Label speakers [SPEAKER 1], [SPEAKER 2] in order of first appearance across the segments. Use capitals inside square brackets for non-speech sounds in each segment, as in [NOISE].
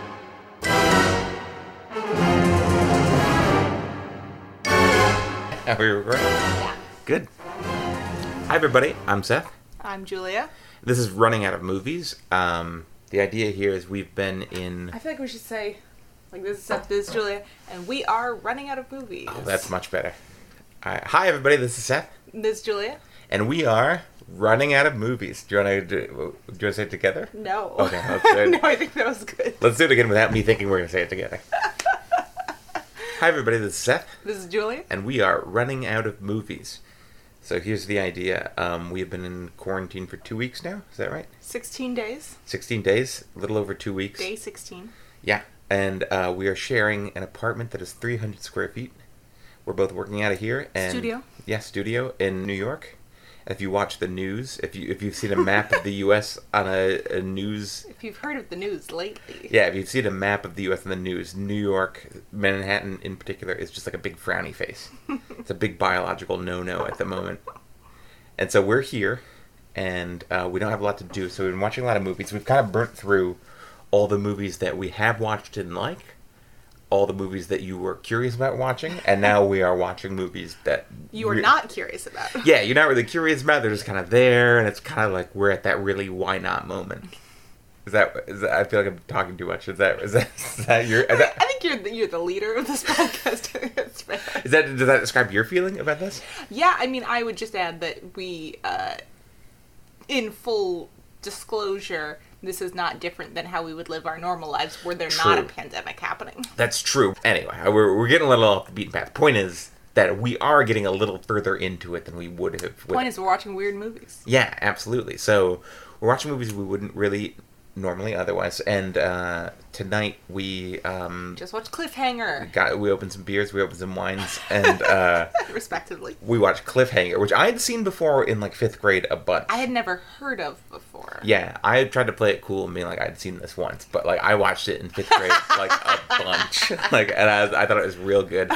[SPEAKER 1] [LAUGHS] Yeah, we were right.
[SPEAKER 2] Yeah.
[SPEAKER 1] Good. Hi, everybody. I'm Seth.
[SPEAKER 2] I'm Julia.
[SPEAKER 1] This is Running Out of Movies. Um, the idea here is we've been in.
[SPEAKER 2] I feel like we should say, like, this is Seth, this is Julia, and we are running out of movies.
[SPEAKER 1] Oh, that's much better. All right. Hi, everybody. This is Seth,
[SPEAKER 2] This is Julia?
[SPEAKER 1] and we are running out of movies. Do you want to do, do you want to say it together?
[SPEAKER 2] No. [LAUGHS]
[SPEAKER 1] Okay, that's good.
[SPEAKER 2] no, I think that was good.
[SPEAKER 1] Let's do it again without me thinking we're going to say it together. Hi, everybody. This is Seth.
[SPEAKER 2] This is Julia?
[SPEAKER 1] and we are running out of movies. So here's the idea. Um, we have been in quarantine for two weeks now. Is that right?
[SPEAKER 2] 16 days.
[SPEAKER 1] 16 days, a little over two weeks.
[SPEAKER 2] Day 16.
[SPEAKER 1] Yeah. And uh, we are sharing an apartment that is 300 square feet. We're both working out of here. And,
[SPEAKER 2] Studio.
[SPEAKER 1] Yeah, studio in New York. And if you watch the news, if, you, if you've seen a map of the U.S. on a, a news
[SPEAKER 2] If you've heard of the news lately.
[SPEAKER 1] yeah, if you've seen a map of the U.S. in the news, New York, Manhattan in particular, is just like a big frowny
[SPEAKER 2] [LAUGHS]
[SPEAKER 1] face. it's a big biological no-no at the moment. And so we're here, and uh, we don't have a lot to do, so we've been watching a lot of movies. We've kind of burnt through all the movies that we have watched and like, all the movies that you were curious about watching, and now we are watching movies that
[SPEAKER 2] You are
[SPEAKER 1] we-
[SPEAKER 2] not curious about.
[SPEAKER 1] Yeah, you're not really curious about. They're just kind of there, and it's kind of like we're at that really why not moment. Is that, is that? I feel like I'm talking too much. Is that? Is that? Is that your? Is
[SPEAKER 2] [LAUGHS] I
[SPEAKER 1] that,
[SPEAKER 2] think you're the, you're the leader of this [LAUGHS] podcast. I think that's fair.
[SPEAKER 1] is that? Does that describe your feeling about this?
[SPEAKER 2] Yeah, I mean, I would just add that we, uh, in full disclosure, this is not different than how we would live our normal lives were there not a
[SPEAKER 1] True.
[SPEAKER 2] pandemic happening.
[SPEAKER 1] That's true. Anyway, we're we're getting a little off the beaten path. Point is that we are getting a little further into it than we would have. with-
[SPEAKER 2] Point is, we're watching weird movies.
[SPEAKER 1] Yeah, absolutely. So we're watching movies we wouldn't really normally otherwise, and uh, tonight we um,
[SPEAKER 2] Just watch Cliffhanger, [LAUGHS]
[SPEAKER 1] got we opened some beers, we opened some wines, and. Uh,
[SPEAKER 2] respectively.
[SPEAKER 1] we watched Cliffhanger, which I had seen before in like fifth grade a bunch.
[SPEAKER 2] I had never heard of before.
[SPEAKER 1] yeah, I had tried to play it cool and being like I'd seen this once, but like I watched it in fifth
[SPEAKER 2] [LAUGHS]
[SPEAKER 1] grade like a bunch, [LAUGHS] like and I, I thought it was real
[SPEAKER 2] [LAUGHS]
[SPEAKER 1] good,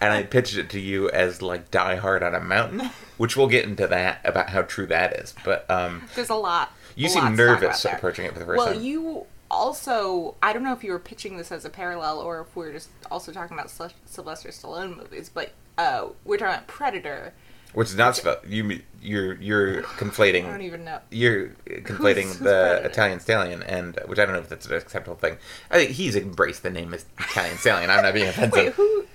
[SPEAKER 1] and I pitched it to you as like Die Hard on a Mountain, which we'll get into that about how true that is. But um,
[SPEAKER 2] There's a lot.
[SPEAKER 1] you
[SPEAKER 2] a lot
[SPEAKER 1] seem
[SPEAKER 2] to talk
[SPEAKER 1] nervous
[SPEAKER 2] about there.
[SPEAKER 1] approaching it for the first
[SPEAKER 2] Well,
[SPEAKER 1] time.
[SPEAKER 2] you also, I don't know if you were pitching this as a parallel or if we're just also talking about Syl- Sylvester Stallone movies, but uh, we're talking about Predator.
[SPEAKER 1] which is not spelled. You you're you're conflating.
[SPEAKER 2] I don't even know.
[SPEAKER 1] you're conflating
[SPEAKER 2] Who's- who's
[SPEAKER 1] the
[SPEAKER 2] president?
[SPEAKER 1] Italian stallion, and which I don't know if that's an acceptable thing. I think he's embraced the name as Italian stallion. I'm
[SPEAKER 2] [LAUGHS]
[SPEAKER 1] not being offensive.
[SPEAKER 2] Wait, who?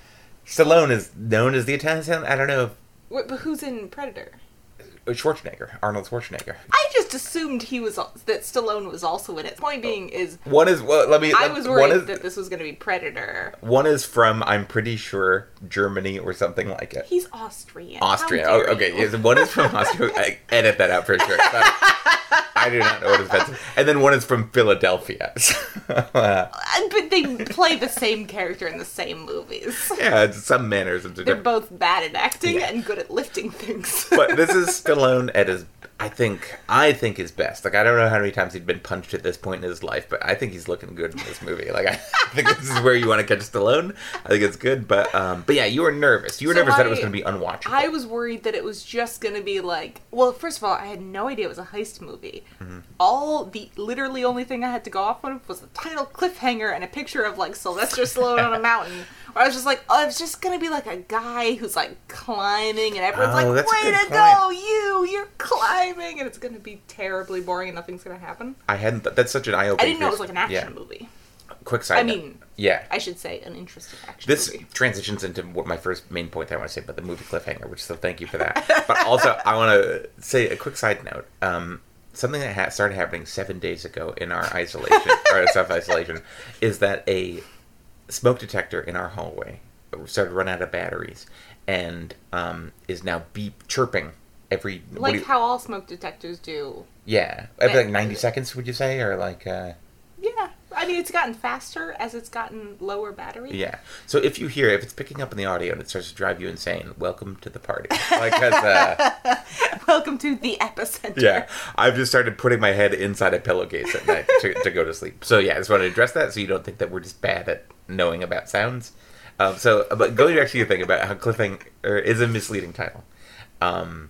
[SPEAKER 1] Stallone is known as the Italian stallion. I don't know.
[SPEAKER 2] Wait, but who's in Predator?
[SPEAKER 1] if- Schwarzenegger, Arnold Schwarzenegger.
[SPEAKER 2] I just assumed he was al- that Stallone was also in it. Point being is,
[SPEAKER 1] One is well. Let me.
[SPEAKER 2] I
[SPEAKER 1] let-
[SPEAKER 2] was
[SPEAKER 1] one
[SPEAKER 2] worried
[SPEAKER 1] is
[SPEAKER 2] that this was going to be Predator.
[SPEAKER 1] one is from. I'm pretty sure Germany or something like it.
[SPEAKER 2] He's Austrian. How
[SPEAKER 1] Austria. Oh,
[SPEAKER 2] dare
[SPEAKER 1] okay.
[SPEAKER 2] you.
[SPEAKER 1] Yes, one is from
[SPEAKER 2] [LAUGHS]
[SPEAKER 1] Austria. I edit that out for sure. I- I do not know what offensive. And then one is from Philadelphia. [LAUGHS] So, uh,
[SPEAKER 2] Uh, But they play the same character in the same movies.
[SPEAKER 1] yeah, it's some mannerisms are
[SPEAKER 2] They're
[SPEAKER 1] different.
[SPEAKER 2] both bad at acting
[SPEAKER 1] Yeah.
[SPEAKER 2] and good at lifting things.
[SPEAKER 1] but this is Stallone at his, I think, I think his best. Like I don't know how many times he'd been punched at this point in his life, but I think he's looking good in this movie. Like I [LAUGHS] think this is where you want to catch Stallone. I think it's good, but um, but yeah, you were nervous. You were
[SPEAKER 2] So
[SPEAKER 1] nervous that it was
[SPEAKER 2] I-
[SPEAKER 1] going to be unwatchable.
[SPEAKER 2] [LAUGHS] I was worried that it was just going to be like, well, first of all, I had no idea it was a heist movie.
[SPEAKER 1] Mm-hmm.
[SPEAKER 2] All the literally only thing I had to go off of was the title cliffhanger and a picture of like Sylvester
[SPEAKER 1] [LAUGHS]
[SPEAKER 2] Stallone on a mountain. Where I was just like, oh, it's just going to be like a guy who's like climbing and everyone's
[SPEAKER 1] Oh,
[SPEAKER 2] like,
[SPEAKER 1] that's a
[SPEAKER 2] way
[SPEAKER 1] good
[SPEAKER 2] to go, you, you're climbing, and it's going to be terribly boring and nothing's going to happen.
[SPEAKER 1] I hadn't. Th- that's such an eye opener.
[SPEAKER 2] I didn't know it was like an action
[SPEAKER 1] yeah.
[SPEAKER 2] movie.
[SPEAKER 1] Quick side.
[SPEAKER 2] I
[SPEAKER 1] note.
[SPEAKER 2] mean-
[SPEAKER 1] yeah.
[SPEAKER 2] I should say an interesting action
[SPEAKER 1] This
[SPEAKER 2] movie.
[SPEAKER 1] transitions into what my first main point that I want to say about the movie cliffhanger, which so thank you for that. But also, I want to say a quick side note. Um, something that ha- started happening seven days ago in our isolation or self isolation is that a smoke detector in our hallway started to run out of batteries and um, is now beep chirping every what
[SPEAKER 2] Like
[SPEAKER 1] do you-
[SPEAKER 2] how all smoke detectors do.
[SPEAKER 1] yeah every like
[SPEAKER 2] that-
[SPEAKER 1] ninety seconds would you say or like. Uh,
[SPEAKER 2] Yeah, I mean it's gotten faster as it's gotten lower battery.
[SPEAKER 1] Yeah. So if you hear if it's picking up in the audio and it starts to drive you insane, welcome to the party. Like 'cause, uh,
[SPEAKER 2] [LAUGHS] Welcome to the epicenter.
[SPEAKER 1] yeah, I've just started putting my head inside a pillowcase at night to, to go to sleep. So yeah, I just want to address that so you don't think that we're just bad at knowing about sounds. Um, so, but going back to your thing about how cliffhanger is a misleading title. Um,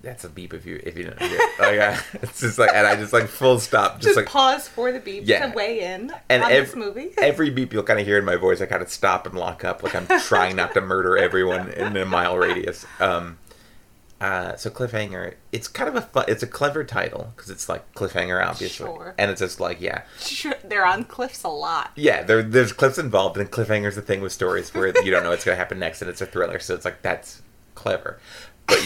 [SPEAKER 1] that's a beep if you if you don't hear it. like I, [LAUGHS] it's just like and I just like full stop just,
[SPEAKER 2] Just
[SPEAKER 1] like
[SPEAKER 2] pause for the beep
[SPEAKER 1] Yeah.
[SPEAKER 2] to weigh in
[SPEAKER 1] And
[SPEAKER 2] on
[SPEAKER 1] ev-
[SPEAKER 2] this movie.
[SPEAKER 1] every beep you'll kind of hear in my voice I kind of stop and lock up like I'm trying not to murder everyone in a mile radius um uh, so cliffhanger it's kind of a fun, it's a clever title because it's like cliffhanger obviously
[SPEAKER 2] Sure.
[SPEAKER 1] and it's just like yeah
[SPEAKER 2] [LAUGHS] Sure, They're on cliffs a lot.
[SPEAKER 1] yeah, there, there's clips involved, and cliffhanger's the thing with stories where you don't know what's going to happen next, and it's a thriller, so it's like that's clever. But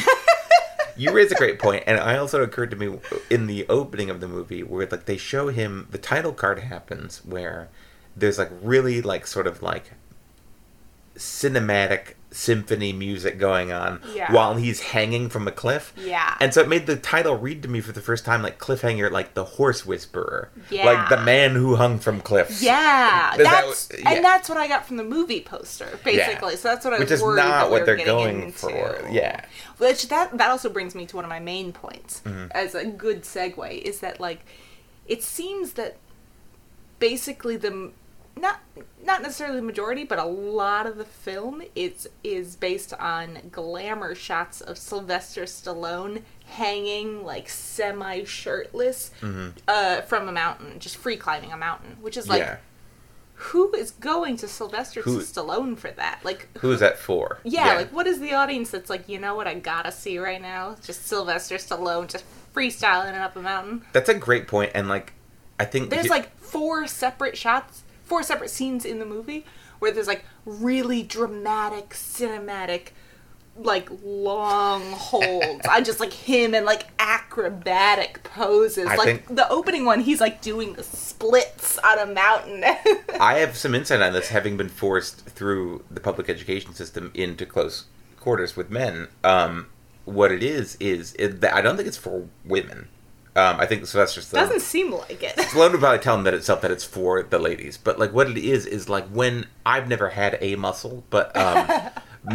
[SPEAKER 1] you raise a great point, and I also occurred to me in the opening of the movie where like they show him the title card happens where there's like really like sort of like cinematic symphony music going on
[SPEAKER 2] Yeah.
[SPEAKER 1] while he's hanging from a cliff.
[SPEAKER 2] Yeah.
[SPEAKER 1] And so it made the title read to me for the first time like cliffhanger like the horse whisperer.
[SPEAKER 2] Yeah.
[SPEAKER 1] Like the man who hung from cliffs.
[SPEAKER 2] Yeah,
[SPEAKER 1] Is that
[SPEAKER 2] that's
[SPEAKER 1] what- yeah.
[SPEAKER 2] and that's what I got from the movie poster, basically. So that's what I was
[SPEAKER 1] Which is
[SPEAKER 2] worried that
[SPEAKER 1] not
[SPEAKER 2] we
[SPEAKER 1] what
[SPEAKER 2] were
[SPEAKER 1] they're
[SPEAKER 2] getting
[SPEAKER 1] going
[SPEAKER 2] into.
[SPEAKER 1] for. Yeah.
[SPEAKER 2] Which that that also brings me to one of my main points
[SPEAKER 1] Mm-hmm.
[SPEAKER 2] as a good segue is that like it seems that basically the m- not not necessarily the majority, but a lot of the film is is based on glamour shots of Sylvester Stallone hanging like semi shirtless
[SPEAKER 1] Mm-hmm.
[SPEAKER 2] uh, from a mountain, just free climbing a mountain, which is like
[SPEAKER 1] yeah.
[SPEAKER 2] who is going to Sylvester
[SPEAKER 1] Who-
[SPEAKER 2] Stallone for that? Like
[SPEAKER 1] Who is that for?
[SPEAKER 2] yeah, like what is the audience that's like, you know what I gotta see right now? Just Sylvester Stallone just freestyling it up a mountain.
[SPEAKER 1] that's a great point, and like, I think
[SPEAKER 2] There's
[SPEAKER 1] he-
[SPEAKER 2] like four separate shots, four separate scenes in the movie where there's like really dramatic, cinematic, like long holds on just like him and like acrobatic poses.
[SPEAKER 1] I
[SPEAKER 2] like
[SPEAKER 1] think-
[SPEAKER 2] the opening one, he's like doing the splits on a mountain. [LAUGHS]
[SPEAKER 1] I have some insight on this, having been forced through the public education system into close quarters with men. Um, what it is is it, I don't think it's for women. Um, I think Sylvester Stallone
[SPEAKER 2] Doesn't seem like it.
[SPEAKER 1] Sloan would probably tell him that itself that it's for the ladies, but like what it is is like when I've never had a muscle, but
[SPEAKER 2] [LAUGHS]
[SPEAKER 1] um,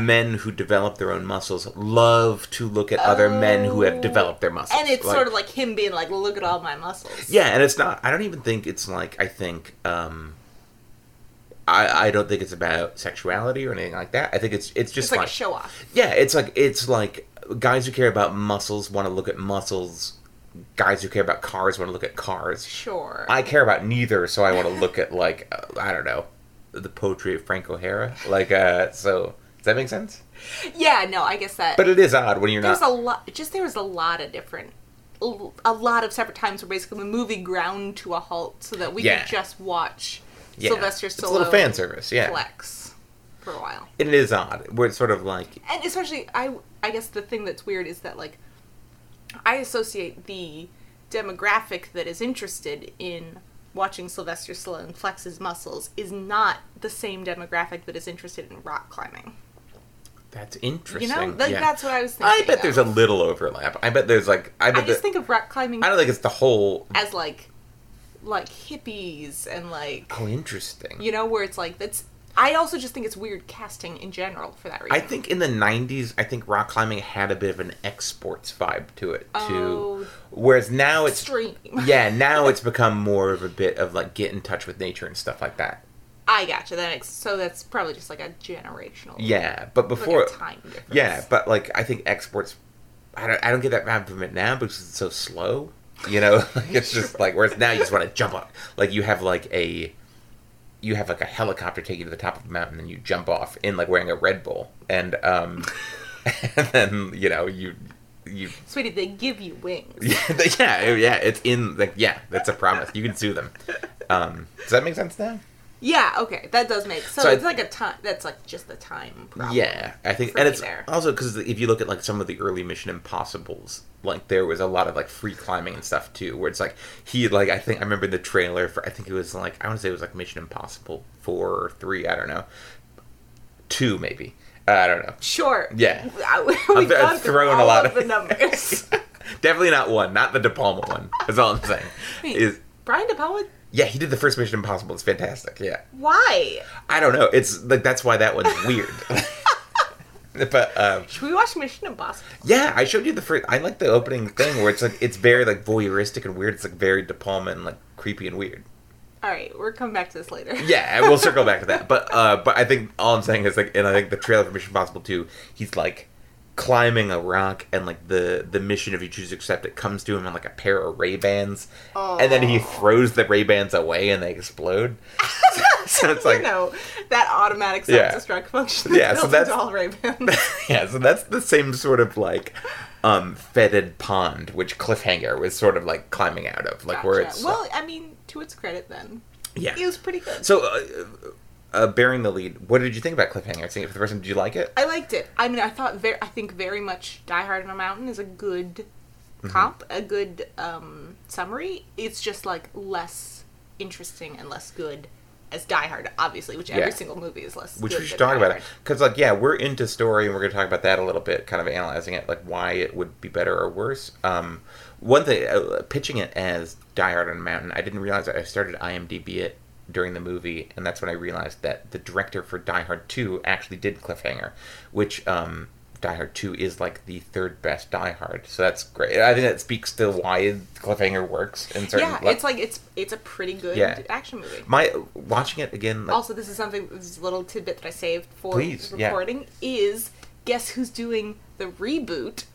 [SPEAKER 1] men who develop their own muscles love to look at other men who have
[SPEAKER 2] Oh.
[SPEAKER 1] developed their muscles,
[SPEAKER 2] And it's sort of like him being like, look at all my muscles.
[SPEAKER 1] yeah, and it's not. I don't even think it's like I think. um I, I don't think it's about sexuality or anything like that. I think it's it's just
[SPEAKER 2] It's like a show off.
[SPEAKER 1] Yeah, it's like it's like guys who care about muscles want to look at muscles. Guys who care about cars want to look at cars.
[SPEAKER 2] Sure.
[SPEAKER 1] I care about neither, so I want to look at like uh, I don't know the poetry of Frank O'Hara. Like, uh, so does that make sense?
[SPEAKER 2] yeah, no, I guess that.
[SPEAKER 1] But it is odd when you're
[SPEAKER 2] there's
[SPEAKER 1] not.
[SPEAKER 2] a lot. Just there was a lot of different. A lot of separate times where basically the movie ground to a halt so that we
[SPEAKER 1] Yeah.
[SPEAKER 2] could just watch
[SPEAKER 1] yeah,
[SPEAKER 2] Sylvester Stallone
[SPEAKER 1] It's a little fan service, yeah.
[SPEAKER 2] flex for a while.
[SPEAKER 1] And it is odd. Where it's sort of like
[SPEAKER 2] and especially I I guess the thing that's weird is that like I associate the demographic that is interested in watching Sylvester Stallone flex his muscles is not the same demographic that is interested in rock climbing.
[SPEAKER 1] that's interesting.
[SPEAKER 2] You know, like
[SPEAKER 1] yeah.
[SPEAKER 2] that's what I was
[SPEAKER 1] I
[SPEAKER 2] thinking.
[SPEAKER 1] bet there's a
[SPEAKER 2] of.
[SPEAKER 1] little overlap. I bet there's like I
[SPEAKER 2] I
[SPEAKER 1] bet
[SPEAKER 2] just
[SPEAKER 1] the-
[SPEAKER 2] think of rock climbing
[SPEAKER 1] I don't think it's the whole.
[SPEAKER 2] as like like hippies and like
[SPEAKER 1] Oh, interesting.
[SPEAKER 2] you know where it's like that's. I also just think it's weird casting in general for that reason.
[SPEAKER 1] I think in the '90s, I think rock climbing had a bit of an exports vibe to it too.
[SPEAKER 2] Oh.
[SPEAKER 1] Whereas now it's
[SPEAKER 2] extreme.
[SPEAKER 1] yeah, now it's become more of a bit of like get in touch with nature and stuff like that.
[SPEAKER 2] [LAUGHS] I gotcha. That makes, so that's probably just like a generational.
[SPEAKER 1] Yeah, but
[SPEAKER 2] like
[SPEAKER 1] before,
[SPEAKER 2] a time difference.
[SPEAKER 1] yeah, but like I think exports, I don't, I don't get that vibe from it now because it's so slow. You know, [LAUGHS] like, it's just like whereas now you just want to jump up, like you have like a, you have like a helicopter take you to the top of the mountain and you jump off in like wearing a Red Bull and
[SPEAKER 2] [LAUGHS]
[SPEAKER 1] um, [LAUGHS] and then you know you you [LAUGHS]
[SPEAKER 2] Sweetie, they give you wings.
[SPEAKER 1] yeah yeah yeah it's in like yeah that's a promise you can sue them. Um, does that make sense now?
[SPEAKER 2] Yeah, okay, that does make so,
[SPEAKER 1] So I-
[SPEAKER 2] it's like a time. That's like just the time problem.
[SPEAKER 1] Yeah, I think,
[SPEAKER 2] for
[SPEAKER 1] and
[SPEAKER 2] me
[SPEAKER 1] it's
[SPEAKER 2] there.
[SPEAKER 1] also because if you look at like some of the early Mission Impossible's, like there was a lot of like free climbing and stuff too, where it's like he like I think I remember the trailer for I think it was like I want to say it was like Mission Impossible four or three I don't know, two maybe uh, I don't know,
[SPEAKER 2] Sure. [LAUGHS]
[SPEAKER 1] Yeah.
[SPEAKER 2] I- We've
[SPEAKER 1] I've
[SPEAKER 2] gone through
[SPEAKER 1] thrown a
[SPEAKER 2] all
[SPEAKER 1] lot
[SPEAKER 2] of
[SPEAKER 1] of- [LAUGHS]
[SPEAKER 2] the numbers.
[SPEAKER 1] definitely not one, not the De Palma one. That's all I'm saying.
[SPEAKER 2] Wait.
[SPEAKER 1] Is
[SPEAKER 2] Brian De Palma,
[SPEAKER 1] yeah, he did the first Mission Impossible. It's fantastic. Yeah,
[SPEAKER 2] why?
[SPEAKER 1] I don't know. It's like that's why that one's weird. [LAUGHS] but um,
[SPEAKER 2] Should we watch Mission Impossible?
[SPEAKER 1] Yeah, I showed you the first. I like the opening thing where it's like it's very like voyeuristic and weird. It's like very De Palma and like creepy and weird.
[SPEAKER 2] All right, we're coming back to this later. [LAUGHS]
[SPEAKER 1] Yeah, and we'll circle back to that. But uh, but I think all I'm saying is like, and I think the trailer for Mission Impossible Two, he's like climbing a rock and like the the mission if you choose to accept it comes to him on like a pair of ray bans and then he throws the ray bans away and they
[SPEAKER 2] [LAUGHS]
[SPEAKER 1] explode so, so it's like
[SPEAKER 2] you know that automatic
[SPEAKER 1] Yeah.
[SPEAKER 2] self-destruct function.
[SPEAKER 1] Yeah, so
[SPEAKER 2] built
[SPEAKER 1] that's-
[SPEAKER 2] into all Ray-Bans.
[SPEAKER 1] [LAUGHS] yeah so that's the same sort of like um fetid pond which cliffhanger was sort of like climbing out of [LAUGHS] like where
[SPEAKER 2] Gotcha.
[SPEAKER 1] it's
[SPEAKER 2] well, I mean, to its credit, then
[SPEAKER 1] yeah
[SPEAKER 2] he was pretty good.
[SPEAKER 1] so uh, uh, bearing the lead what did you think about cliffhanger seeing it for the first time did you like it
[SPEAKER 2] I liked it. I mean, I thought very. I think very much Die Hard on a Mountain is a good
[SPEAKER 1] Mm-hmm.
[SPEAKER 2] comp, a good um, summary. It's just like less interesting and less good as Die Hard, obviously, which every
[SPEAKER 1] Yeah.
[SPEAKER 2] single movie is less.
[SPEAKER 1] which
[SPEAKER 2] good
[SPEAKER 1] we should
[SPEAKER 2] than
[SPEAKER 1] talk
[SPEAKER 2] Die
[SPEAKER 1] about it because like yeah we're into story and we're going to talk about that a little bit kind of analyzing it like why it would be better or worse um one thing uh, pitching it as die hard on a mountain i didn't realize that i started imdb it during the movie and that's when i realized that the director for die hard 2 actually did cliffhanger which um Die Hard 2 is like the third best Die Hard, so that's great. I think that speaks to why Cliffhanger works in certain.
[SPEAKER 2] Yeah,
[SPEAKER 1] like-
[SPEAKER 2] it's like it's it's a pretty good
[SPEAKER 1] Yeah.
[SPEAKER 2] action movie.
[SPEAKER 1] my watching it again. Like,
[SPEAKER 2] Also, this is something this is a little tidbit that I saved for
[SPEAKER 1] Please, yeah.
[SPEAKER 2] recording is guess who's doing the reboot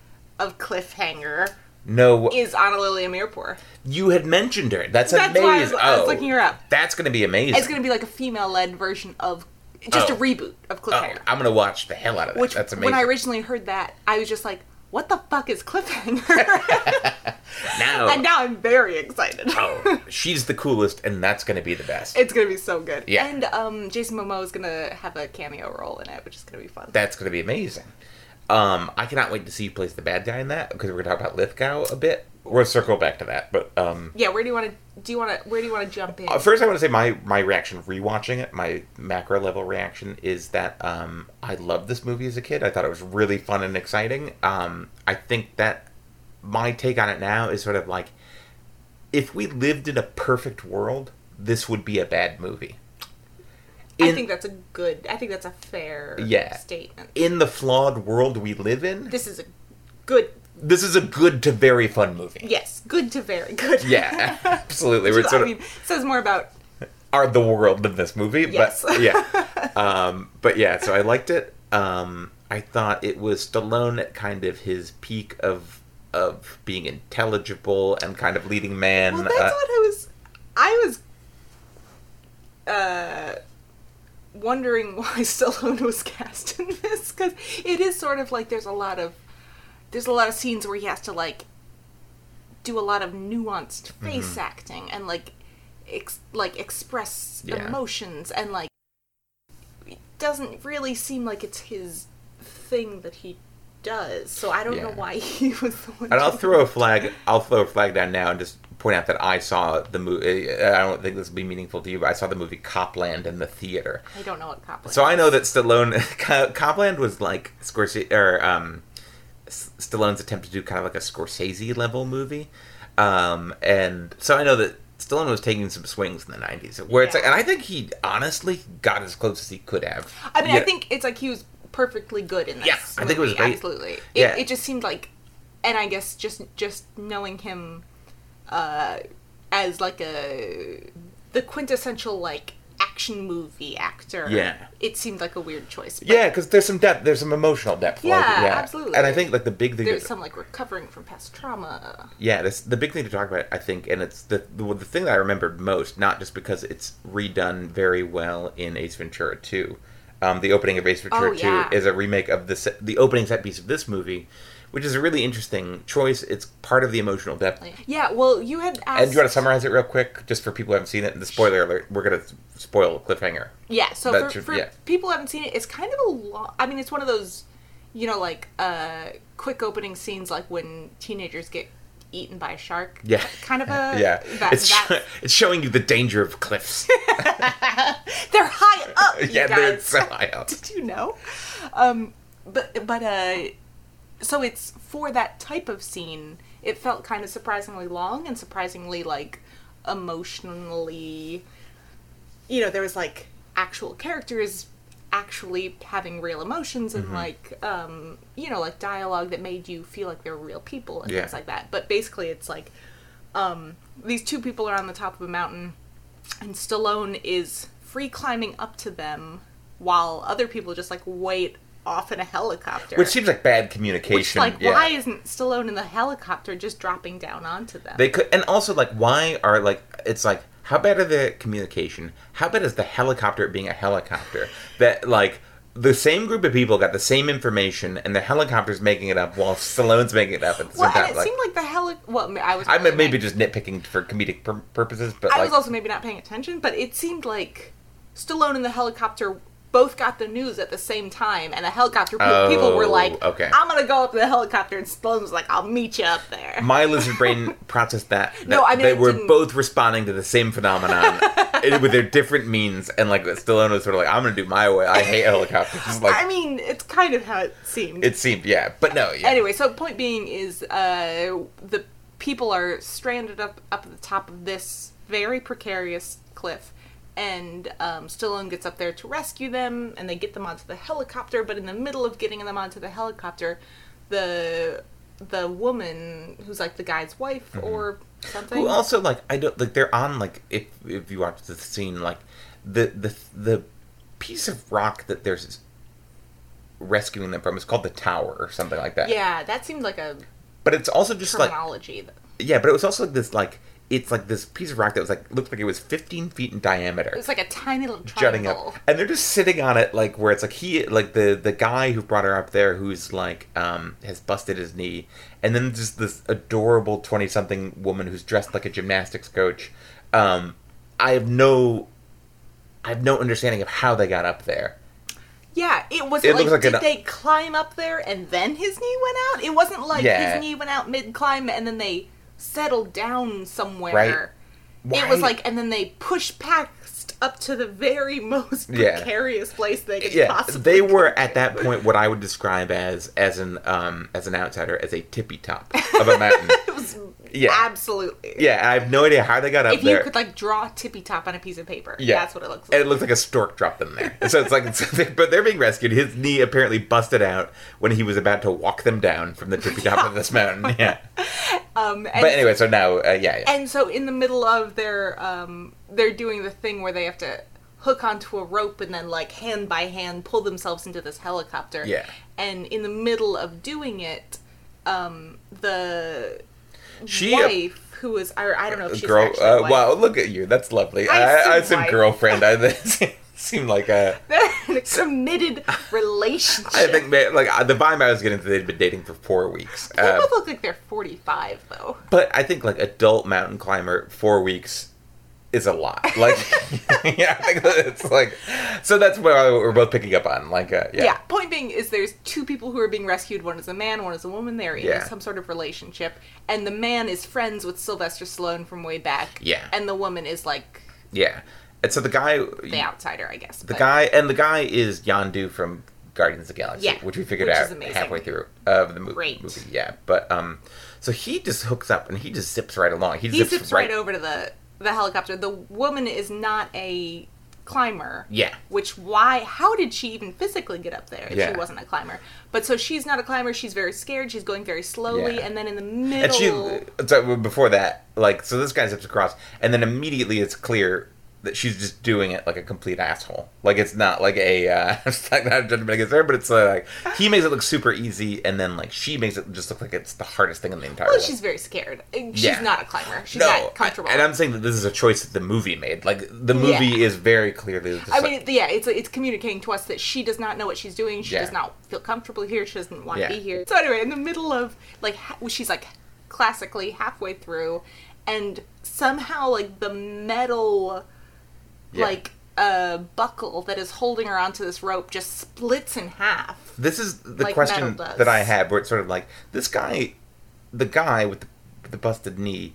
[SPEAKER 2] of Cliffhanger
[SPEAKER 1] no,
[SPEAKER 2] is Anna Lily Amirpour.
[SPEAKER 1] You had mentioned her. That's,
[SPEAKER 2] That's
[SPEAKER 1] amazing.
[SPEAKER 2] why I was- I was
[SPEAKER 1] oh,
[SPEAKER 2] looking her up.
[SPEAKER 1] That's going to be amazing.
[SPEAKER 2] It's going to be like a female-led version of just
[SPEAKER 1] Oh.
[SPEAKER 2] a reboot of
[SPEAKER 1] oh,
[SPEAKER 2] Cliffhanger.
[SPEAKER 1] I'm going to watch the hell out of that.
[SPEAKER 2] which
[SPEAKER 1] that's amazing.
[SPEAKER 2] when I originally heard that, I was just like, "What the fuck is Cliffhanger?"
[SPEAKER 1] [LAUGHS]
[SPEAKER 2] [LAUGHS]
[SPEAKER 1] now,
[SPEAKER 2] and now I'm very excited.
[SPEAKER 1] [LAUGHS] oh, she's the coolest, and that's going to be the best.
[SPEAKER 2] It's gonna be so good.
[SPEAKER 1] Yeah.
[SPEAKER 2] And um, Jason Momoa is gonna have a cameo role in it, which is gonna be fun.
[SPEAKER 1] that's going to be amazing. Um, I cannot wait to see who plays the bad guy in that because we're going to talk about Lithgow a bit. We'll circle back to that, but um,
[SPEAKER 2] yeah. Where do you want to? Do you want to? Where do you want to jump in?
[SPEAKER 1] Uh, First, I want to say my my reaction rewatching it, my macro level reaction is that um, I loved this movie as a kid. I thought it was really fun and exciting. Um, I think that my take on it now is sort of like if we lived in a perfect world, this would be a bad movie.
[SPEAKER 2] I
[SPEAKER 1] in-
[SPEAKER 2] think that's a good. I think that's a fair
[SPEAKER 1] Yeah.
[SPEAKER 2] statement.
[SPEAKER 1] In the flawed world we live in,
[SPEAKER 2] This is a good.
[SPEAKER 1] this is a good to very fun movie.
[SPEAKER 2] Yes, good to very good.
[SPEAKER 1] Yeah,
[SPEAKER 2] [LAUGHS]
[SPEAKER 1] absolutely. We're
[SPEAKER 2] I
[SPEAKER 1] sort of,
[SPEAKER 2] mean, it says more about
[SPEAKER 1] are the world in this movie.
[SPEAKER 2] Yes.
[SPEAKER 1] But [LAUGHS] yeah. um, but yeah, so I liked it. Um, I thought it was Stallone at kind of his peak of of being intelligible and kind of leading man.
[SPEAKER 2] Well, that's
[SPEAKER 1] uh,
[SPEAKER 2] what I was. I was uh, wondering [LAUGHS] why Stallone was cast in this because it is sort of like there's a lot of there's a lot of scenes where he has to like do a lot of nuanced
[SPEAKER 1] Mm-hmm.
[SPEAKER 2] face acting and like ex- like express
[SPEAKER 1] Yeah.
[SPEAKER 2] emotions and like it doesn't really seem like it's his thing that he does. So I don't know
[SPEAKER 1] Yeah.
[SPEAKER 2] why he [LAUGHS] was the one.
[SPEAKER 1] and I'll
[SPEAKER 2] doing
[SPEAKER 1] throw a flag. I'll throw a flag down now and just point out that I saw the movie. I don't think this will be meaningful to you, but I saw the movie Copland in the theater.
[SPEAKER 2] I don't know what Copland.
[SPEAKER 1] So I know that Stallone [LAUGHS] Co- Copland was like Scorsese or um, S- Stallone's attempt to do kind of like a Scorsese level movie, um, and so I know that Stallone was taking some swings in the '90s, where it's
[SPEAKER 2] Yeah.
[SPEAKER 1] like, and I think he honestly got as close as he could have.
[SPEAKER 2] I mean, I
[SPEAKER 1] Yeah.
[SPEAKER 2] think it's like he was perfectly good in this.
[SPEAKER 1] Yeah, I think it was
[SPEAKER 2] movie,
[SPEAKER 1] great.
[SPEAKER 2] absolutely. It,
[SPEAKER 1] Yeah.
[SPEAKER 2] it just seemed like, and I guess just just knowing him, uh, as like a the quintessential like action movie actor.
[SPEAKER 1] Yeah.
[SPEAKER 2] it seemed like a weird choice. but
[SPEAKER 1] yeah, because there's some depth, there's some emotional depth. like,
[SPEAKER 2] Yeah, absolutely.
[SPEAKER 1] And I think like the big thing,
[SPEAKER 2] there's
[SPEAKER 1] that-
[SPEAKER 2] some like recovering from past trauma.
[SPEAKER 1] Yeah, this the big thing to talk about, I think, and it's the the, the thing that I remembered most, not just because it's redone very well in Ace Ventura 2. Um, the opening of Ace Ventura
[SPEAKER 2] Oh, yeah.
[SPEAKER 1] 2 is a remake of the se- the opening set piece of this movie, which is a really interesting choice. It's part of the emotional depth.
[SPEAKER 2] Yeah, well, you had asked.
[SPEAKER 1] and do you want to summarize it real quick, just for people who haven't seen it? And the spoiler alert: we're gonna spoil cliffhanger. [LAUGHS]
[SPEAKER 2] Yeah, so
[SPEAKER 1] That
[SPEAKER 2] for,
[SPEAKER 1] should-
[SPEAKER 2] for
[SPEAKER 1] yeah.
[SPEAKER 2] people who haven't seen it, it's kind of a lot. I mean, it's one of those, you know, like uh, quick opening scenes, like when teenagers get eaten by a shark.
[SPEAKER 1] Yeah,
[SPEAKER 2] kind of a
[SPEAKER 1] [LAUGHS] yeah.
[SPEAKER 2] Uh, That,
[SPEAKER 1] it's sho-
[SPEAKER 2] that's-
[SPEAKER 1] it's showing you the danger of cliffs.
[SPEAKER 2] they're high
[SPEAKER 1] [LAUGHS]
[SPEAKER 2] up. [LAUGHS] You
[SPEAKER 1] yeah, they're
[SPEAKER 2] guys.
[SPEAKER 1] so high up.
[SPEAKER 2] [LAUGHS] Did you know? Um, but but uh, so it's for that type of scene. It felt kind of surprisingly long and surprisingly like emotionally. You know, there was like actual characters actually having real emotions and like um, you know like dialogue that made you feel like they're real people and
[SPEAKER 1] Yeah.
[SPEAKER 2] things like that. But basically, it's like um, these two people are on the top of a mountain and Stallone is free climbing up to them while other people just like wait off in a helicopter.
[SPEAKER 1] Which seems like bad communication.
[SPEAKER 2] Which, like,
[SPEAKER 1] yeah.
[SPEAKER 2] why isn't Stallone in the helicopter just dropping down onto them?
[SPEAKER 1] They could, and also like, why are like, it's like, how bad are the communication? How bad is the helicopter being a helicopter? That like, the same group of people got the same information, and the helicopter's making it up while Stallone's making it up at the
[SPEAKER 2] well,
[SPEAKER 1] same
[SPEAKER 2] and
[SPEAKER 1] time.
[SPEAKER 2] it
[SPEAKER 1] Like,
[SPEAKER 2] seemed like the heli. Well, I was.
[SPEAKER 1] I mean, maybe just nitpicking for comedic pur- purposes, but
[SPEAKER 2] I
[SPEAKER 1] like,
[SPEAKER 2] was also maybe not paying attention, but it seemed like Stallone and the helicopter both got the news at the same time, and the helicopter pe- people were
[SPEAKER 1] Oh,
[SPEAKER 2] like,
[SPEAKER 1] okay.
[SPEAKER 2] "I'm gonna go up to the helicopter," and Stallone was like, "I'll meet you up there."
[SPEAKER 1] my lizard brain
[SPEAKER 2] [LAUGHS]
[SPEAKER 1] processed that. that
[SPEAKER 2] No, I mean,
[SPEAKER 1] they
[SPEAKER 2] it
[SPEAKER 1] were
[SPEAKER 2] didn't-
[SPEAKER 1] both responding to the same
[SPEAKER 2] [LAUGHS]
[SPEAKER 1] phenomenon it- with their different means, and like Stallone was sort of like, "I'm gonna do my way. I hate
[SPEAKER 2] [LAUGHS]
[SPEAKER 1] helicopters." Just like
[SPEAKER 2] I mean, it's kind of how it seemed.
[SPEAKER 1] it seemed, yeah, but no, yeah.
[SPEAKER 2] anyway, so point being is uh, the people are stranded up up at the top of this very precarious cliff, and um, Stallone gets up there to rescue them, and they get them onto the helicopter. But in the middle of getting them onto the helicopter, the the woman who's like the guy's wife or something.
[SPEAKER 1] Mm-hmm. Who also like I don't like they're on like if if you watch the scene like the the the piece of rock that they're rescuing them from is called the tower or something like that.
[SPEAKER 2] yeah, that seemed like a
[SPEAKER 1] But it's also just like
[SPEAKER 2] terminology. that
[SPEAKER 1] yeah, but it was also like this like it's like this piece of rock that was like looked like it was 15 feet in diameter.
[SPEAKER 2] it was like a tiny little
[SPEAKER 1] jutting
[SPEAKER 2] triangle.
[SPEAKER 1] up and they're just sitting on it like where it's like he like the the guy who brought her up there who's like um has busted his knee and then just this adorable 20 something woman who's dressed like a gymnastics coach um i have no i have no understanding of how they got up there
[SPEAKER 2] Yeah, it was
[SPEAKER 1] It
[SPEAKER 2] like,
[SPEAKER 1] looks like
[SPEAKER 2] did
[SPEAKER 1] an-
[SPEAKER 2] they climb up there and then his knee went out? It wasn't like
[SPEAKER 1] Yeah.
[SPEAKER 2] his knee went out mid climb and then they settled down somewhere. It was
[SPEAKER 1] Why-
[SPEAKER 2] like and then they pushed past up to the very [LAUGHS] most
[SPEAKER 1] Yeah.
[SPEAKER 2] precarious place they could
[SPEAKER 1] yeah
[SPEAKER 2] possibly.
[SPEAKER 1] they were at that point what i would describe as as an um as an outsider as a tippy top of a mountain
[SPEAKER 2] [LAUGHS] It was
[SPEAKER 1] Yeah.
[SPEAKER 2] absolutely.
[SPEAKER 1] yeah i have no idea how they got up
[SPEAKER 2] If
[SPEAKER 1] there
[SPEAKER 2] you could like draw tippy top on a piece of paper,
[SPEAKER 1] Yeah.
[SPEAKER 2] that's what it looks like.
[SPEAKER 1] And it looks like a stork dropped them there. So it's like, [LAUGHS] so they- but they're being rescued. His knee apparently busted out when he was about to walk them down from the tippy top of this mountain. Yeah.
[SPEAKER 2] Um, [LAUGHS] and
[SPEAKER 1] But anyway, so now, uh, yeah, yeah.
[SPEAKER 2] and so in the middle of their um they're doing the thing where they have to hook onto a rope and then like hand by hand pull themselves into this helicopter
[SPEAKER 1] Yeah.
[SPEAKER 2] and in the middle of doing it um the
[SPEAKER 1] She- uh,
[SPEAKER 2] wife who is I, I don't know if she's
[SPEAKER 1] Girl,
[SPEAKER 2] actually a
[SPEAKER 1] uh,
[SPEAKER 2] wife. [LAUGHS]
[SPEAKER 1] wow, look at you. That's lovely.
[SPEAKER 2] I
[SPEAKER 1] I, I, I
[SPEAKER 2] assume
[SPEAKER 1] said
[SPEAKER 2] wife.
[SPEAKER 1] girlfriend. I
[SPEAKER 2] [LAUGHS]
[SPEAKER 1] seemed like a. [LAUGHS]
[SPEAKER 2] a committed relationship
[SPEAKER 1] I think ma- like uh, the vibe I was getting that they'd been dating for four weeks.
[SPEAKER 2] they [LAUGHS]
[SPEAKER 1] Uh,
[SPEAKER 2] both look like they're 45 though
[SPEAKER 1] but I think like adult mountain climber four weeks is a lot.
[SPEAKER 2] [LAUGHS]
[SPEAKER 1] Like, [LAUGHS] yeah, I think that it's like. So that's what we're both picking up on. Like, uh,
[SPEAKER 2] yeah. Point being is there's two people who are being rescued. One is a man, one is a woman. They're in
[SPEAKER 1] Yeah.
[SPEAKER 2] some sort of relationship, and the man is friends with Sylvester Stallone from way back.
[SPEAKER 1] Yeah.
[SPEAKER 2] And the woman is like
[SPEAKER 1] Yeah. And so the guy
[SPEAKER 2] the outsider, I guess.
[SPEAKER 1] the guy and the guy is Yondu from Guardians of the Galaxy,
[SPEAKER 2] Yeah,
[SPEAKER 1] which we figured
[SPEAKER 2] which is
[SPEAKER 1] out
[SPEAKER 2] amazing.
[SPEAKER 1] halfway through of the movie.
[SPEAKER 2] Great.
[SPEAKER 1] movie. Yeah. But um so he just hooks up and he just zips right along. He,
[SPEAKER 2] he zips, right, over to the the helicopter. The woman is not a climber.
[SPEAKER 1] Yeah.
[SPEAKER 2] Which why? How did she even physically get up there if
[SPEAKER 1] Yeah.
[SPEAKER 2] she wasn't a climber? But so she's not a climber. She's very scared. She's going very slowly,
[SPEAKER 1] Yeah.
[SPEAKER 2] and then in the middle.
[SPEAKER 1] And she uh, so before that, like so this guy zips across and then immediately it's clear that she's just doing it like a complete asshole. Like it's not like a uh [LAUGHS] it's not a judgment against her, but it's uh, like he makes it look super easy and then like she makes it just look like it's the hardest thing in the entire
[SPEAKER 2] well,
[SPEAKER 1] world.
[SPEAKER 2] she's very scared. She's
[SPEAKER 1] Yeah.
[SPEAKER 2] not a climber. She's
[SPEAKER 1] no,
[SPEAKER 2] not comfortable.
[SPEAKER 1] I- and I'm saying that this is a choice that the movie made. Like the movie
[SPEAKER 2] Yeah.
[SPEAKER 1] is very clearly. Just
[SPEAKER 2] I
[SPEAKER 1] like-
[SPEAKER 2] mean, yeah, it's it's communicating to us that she does not know what she's doing. She
[SPEAKER 1] Yeah.
[SPEAKER 2] does not feel comfortable here. She doesn't want
[SPEAKER 1] Yeah.
[SPEAKER 2] to be here. So anyway, in the middle of like, ha- well, she's like classically halfway through, and somehow like the metal
[SPEAKER 1] Yeah.
[SPEAKER 2] like uh, buckle that is holding her onto this rope just splits in half.
[SPEAKER 1] this is the
[SPEAKER 2] like
[SPEAKER 1] question
[SPEAKER 2] metal does.
[SPEAKER 1] that I have, where it's sort of like this guy, the guy with the, with the busted knee,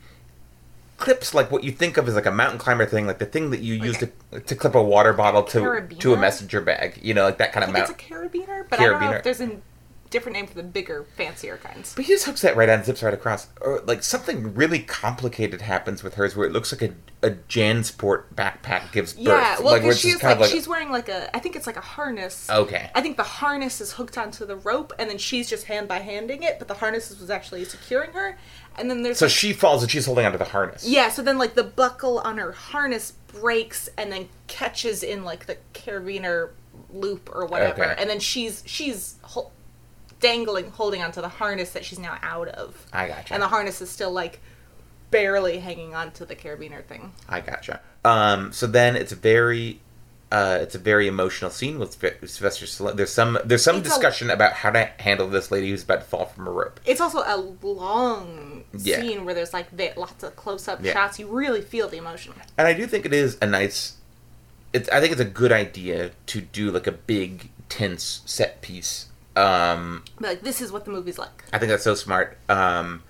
[SPEAKER 1] clips like what you think of as like a mountain climber thing, like the thing that you use to to clip a water bottle to to a
[SPEAKER 2] carabiner?
[SPEAKER 1] messenger bag, you know, like that kind
[SPEAKER 2] I
[SPEAKER 1] of
[SPEAKER 2] think it's a
[SPEAKER 1] mountain.
[SPEAKER 2] carabiner, but I don't know
[SPEAKER 1] Carabiner.
[SPEAKER 2] if there's a different name for the bigger, fancier kinds.
[SPEAKER 1] But he just hooks that right on, zips right across. Or like something really complicated happens with hers, where it looks like a a Jansport backpack gives birth.
[SPEAKER 2] Yeah, well,
[SPEAKER 1] like, where
[SPEAKER 2] because
[SPEAKER 1] it's just
[SPEAKER 2] she's
[SPEAKER 1] kind
[SPEAKER 2] like,
[SPEAKER 1] of
[SPEAKER 2] she's wearing like a, I think it's like a harness.
[SPEAKER 1] okay.
[SPEAKER 2] I think the harness is hooked onto the rope, and then she's just hand by handing it, but the harness was actually securing her. And then there's
[SPEAKER 1] So
[SPEAKER 2] like-
[SPEAKER 1] she falls and she's holding onto the harness.
[SPEAKER 2] yeah. So then like the buckle on her harness breaks, and then catches in like the carabiner loop or whatever,
[SPEAKER 1] Okay.
[SPEAKER 2] and then she's she's hol- dangling, holding onto the harness that she's now out of,
[SPEAKER 1] I gotcha.
[SPEAKER 2] and the harness is still like barely hanging onto the carabiner thing.
[SPEAKER 1] I gotcha. Um, so then it's very, uh, it's a very emotional scene with Sp- Sylvester Stallone. There's some there's some
[SPEAKER 2] It's a-
[SPEAKER 1] discussion about how to handle this lady who's about to fall from a rope.
[SPEAKER 2] It's also a long
[SPEAKER 1] Yeah.
[SPEAKER 2] scene where there's like the, lots of close-up
[SPEAKER 1] Yeah.
[SPEAKER 2] shots. You really feel the emotion.
[SPEAKER 1] And I do think it is a nice. It's I think it's a good idea to do like a big tense set piece. Um,
[SPEAKER 2] But like this is what the movie's like.
[SPEAKER 1] I think that's so smart. Um,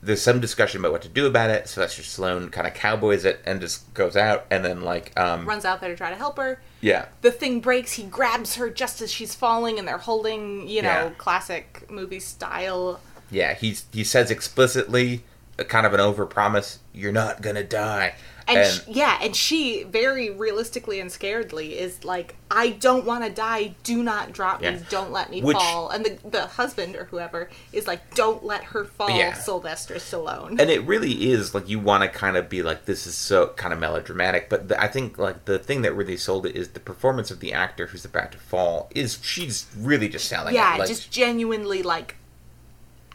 [SPEAKER 1] there's some discussion about what to do about it. Sylvester Stallone kind of cowboys it and just goes out and then like um,
[SPEAKER 2] Runs out there to try to help her.
[SPEAKER 1] yeah
[SPEAKER 2] the thing breaks he grabs her just as she's falling and they're holding you know
[SPEAKER 1] Yeah.
[SPEAKER 2] classic movie style
[SPEAKER 1] yeah he's he says explicitly a kind of an overpromise. You're not gonna die.
[SPEAKER 2] and, sh yeah and she very realistically and scaredly is like i don't want to die do not drop
[SPEAKER 1] Yeah.
[SPEAKER 2] me don't let me
[SPEAKER 1] Which-
[SPEAKER 2] fall and the, the husband or whoever is like don't let her fall
[SPEAKER 1] Yeah.
[SPEAKER 2] sylvester stallone
[SPEAKER 1] and it really is like you want to kind of be like this is so kind of melodramatic but the, i think like the thing that really sold it is the performance of the actor who's about to fall is she's really just selling
[SPEAKER 2] yeah
[SPEAKER 1] it like
[SPEAKER 2] just genuinely like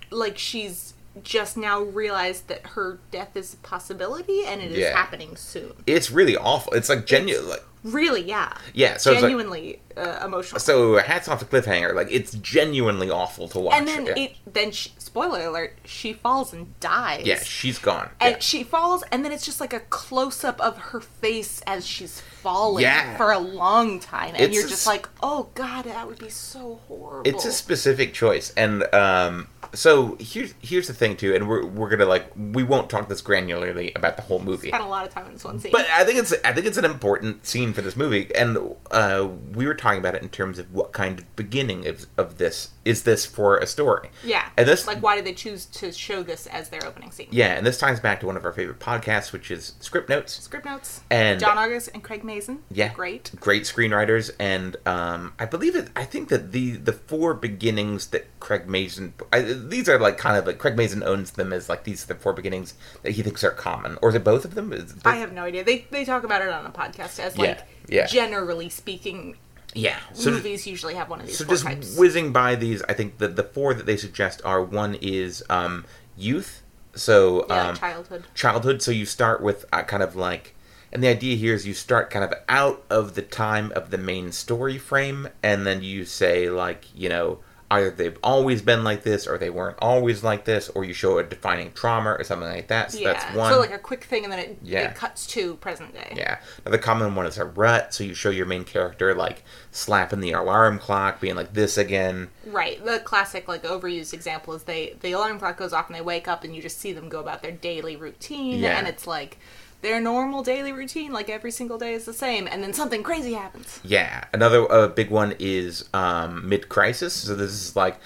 [SPEAKER 2] like she's just now realized that her death is a possibility and it is
[SPEAKER 1] Yeah.
[SPEAKER 2] happening soon
[SPEAKER 1] it's really awful it's like genuine like
[SPEAKER 2] really yeah
[SPEAKER 1] yeah so it's like
[SPEAKER 2] genuinely uh, emotional
[SPEAKER 1] so hats off to cliffhanger like it's genuinely awful to watch
[SPEAKER 2] and then
[SPEAKER 1] yeah.
[SPEAKER 2] it then she, spoiler alert she falls and dies
[SPEAKER 1] yeah she's gone
[SPEAKER 2] and
[SPEAKER 1] yeah.
[SPEAKER 2] she falls and then it's just like a close-up of her face as she's falling
[SPEAKER 1] Yeah.
[SPEAKER 2] for a long time and
[SPEAKER 1] It's
[SPEAKER 2] you're
[SPEAKER 1] a
[SPEAKER 2] just
[SPEAKER 1] s-
[SPEAKER 2] like oh god that would be so horrible
[SPEAKER 1] it's a specific choice and um so here's here's the thing too and we're we're gonna like we won't talk this granularly about the whole movie
[SPEAKER 2] spent a lot of time in this one scene
[SPEAKER 1] But I think it's I think it's an important scene for this movie, and uh, we were talking about it in terms of what kind of beginning of, of this is this for a story.
[SPEAKER 2] yeah
[SPEAKER 1] and this
[SPEAKER 2] like why did they choose to show this as their opening scene
[SPEAKER 1] yeah, and this ties back to one of our favorite podcasts, which is Script Notes.
[SPEAKER 2] script notes
[SPEAKER 1] And-
[SPEAKER 2] john august and craig mason
[SPEAKER 1] Yeah.
[SPEAKER 2] great
[SPEAKER 1] Great screenwriters, and um, I believe it. I think that the the four beginnings that Craig Mazin I, these are like kind of like Craig Mazin owns them as like these are the four beginnings that he thinks are common, or is it both of them? Is it both-
[SPEAKER 2] i have no idea they they talk about it on a podcast as
[SPEAKER 1] Yeah,
[SPEAKER 2] like
[SPEAKER 1] yeah.
[SPEAKER 2] generally speaking
[SPEAKER 1] yeah. So
[SPEAKER 2] movies usually have one of these
[SPEAKER 1] so
[SPEAKER 2] four
[SPEAKER 1] just
[SPEAKER 2] types
[SPEAKER 1] whizzing by these i think the, the four that they suggest are one is um, youth so
[SPEAKER 2] yeah,
[SPEAKER 1] um,
[SPEAKER 2] childhood
[SPEAKER 1] childhood so you start with uh, kind of like and the idea here is you start kind of out of the time of the main story frame and then you say like you know either they've always been like this or they weren't always like this or you show a defining trauma or something like that so
[SPEAKER 2] yeah.
[SPEAKER 1] that's one
[SPEAKER 2] So like a quick thing, and then it,
[SPEAKER 1] Yeah.
[SPEAKER 2] it cuts to present day.
[SPEAKER 1] yeah. Another common one is a rut. So you show your main character like slapping the alarm clock, being like this again.
[SPEAKER 2] Right. The classic like overused example is they the alarm clock goes off and they wake up and you just see them go about their daily routine
[SPEAKER 1] Yeah.
[SPEAKER 2] and it's like their normal daily routine, like every single day is the same, and then something crazy happens.
[SPEAKER 1] Yeah, another uh, big one is um, mid crisis. So this is like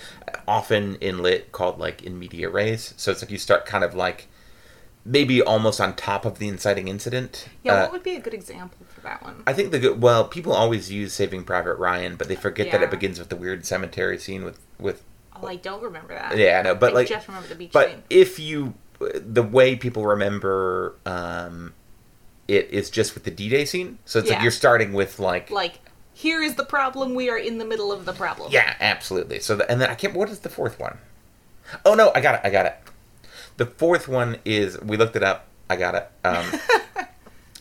[SPEAKER 1] often in lit called like in media res. So it's like you start kind of like maybe almost on top of the inciting incident.
[SPEAKER 2] Yeah,
[SPEAKER 1] Uh,
[SPEAKER 2] what would be a good example for that one?
[SPEAKER 1] I think the good well people always use Saving Private Ryan, but they forget that
[SPEAKER 2] Yeah.
[SPEAKER 1] it begins with the weird cemetery scene with with
[SPEAKER 2] oh, I don't remember that.
[SPEAKER 1] yeah I know but
[SPEAKER 2] I
[SPEAKER 1] like
[SPEAKER 2] just remember the beach
[SPEAKER 1] but
[SPEAKER 2] scene.
[SPEAKER 1] if you the way people remember um it is just with the D-Day scene. So it's like
[SPEAKER 2] Yeah.
[SPEAKER 1] you're starting with like
[SPEAKER 2] Like, here is the problem, we are in the middle of the problem.
[SPEAKER 1] Yeah, absolutely. So, the, and then I can't. What is the fourth one? Oh no, I got it. I got it. The fourth one is we looked it up. I got it.
[SPEAKER 2] [LAUGHS]
[SPEAKER 1] Um,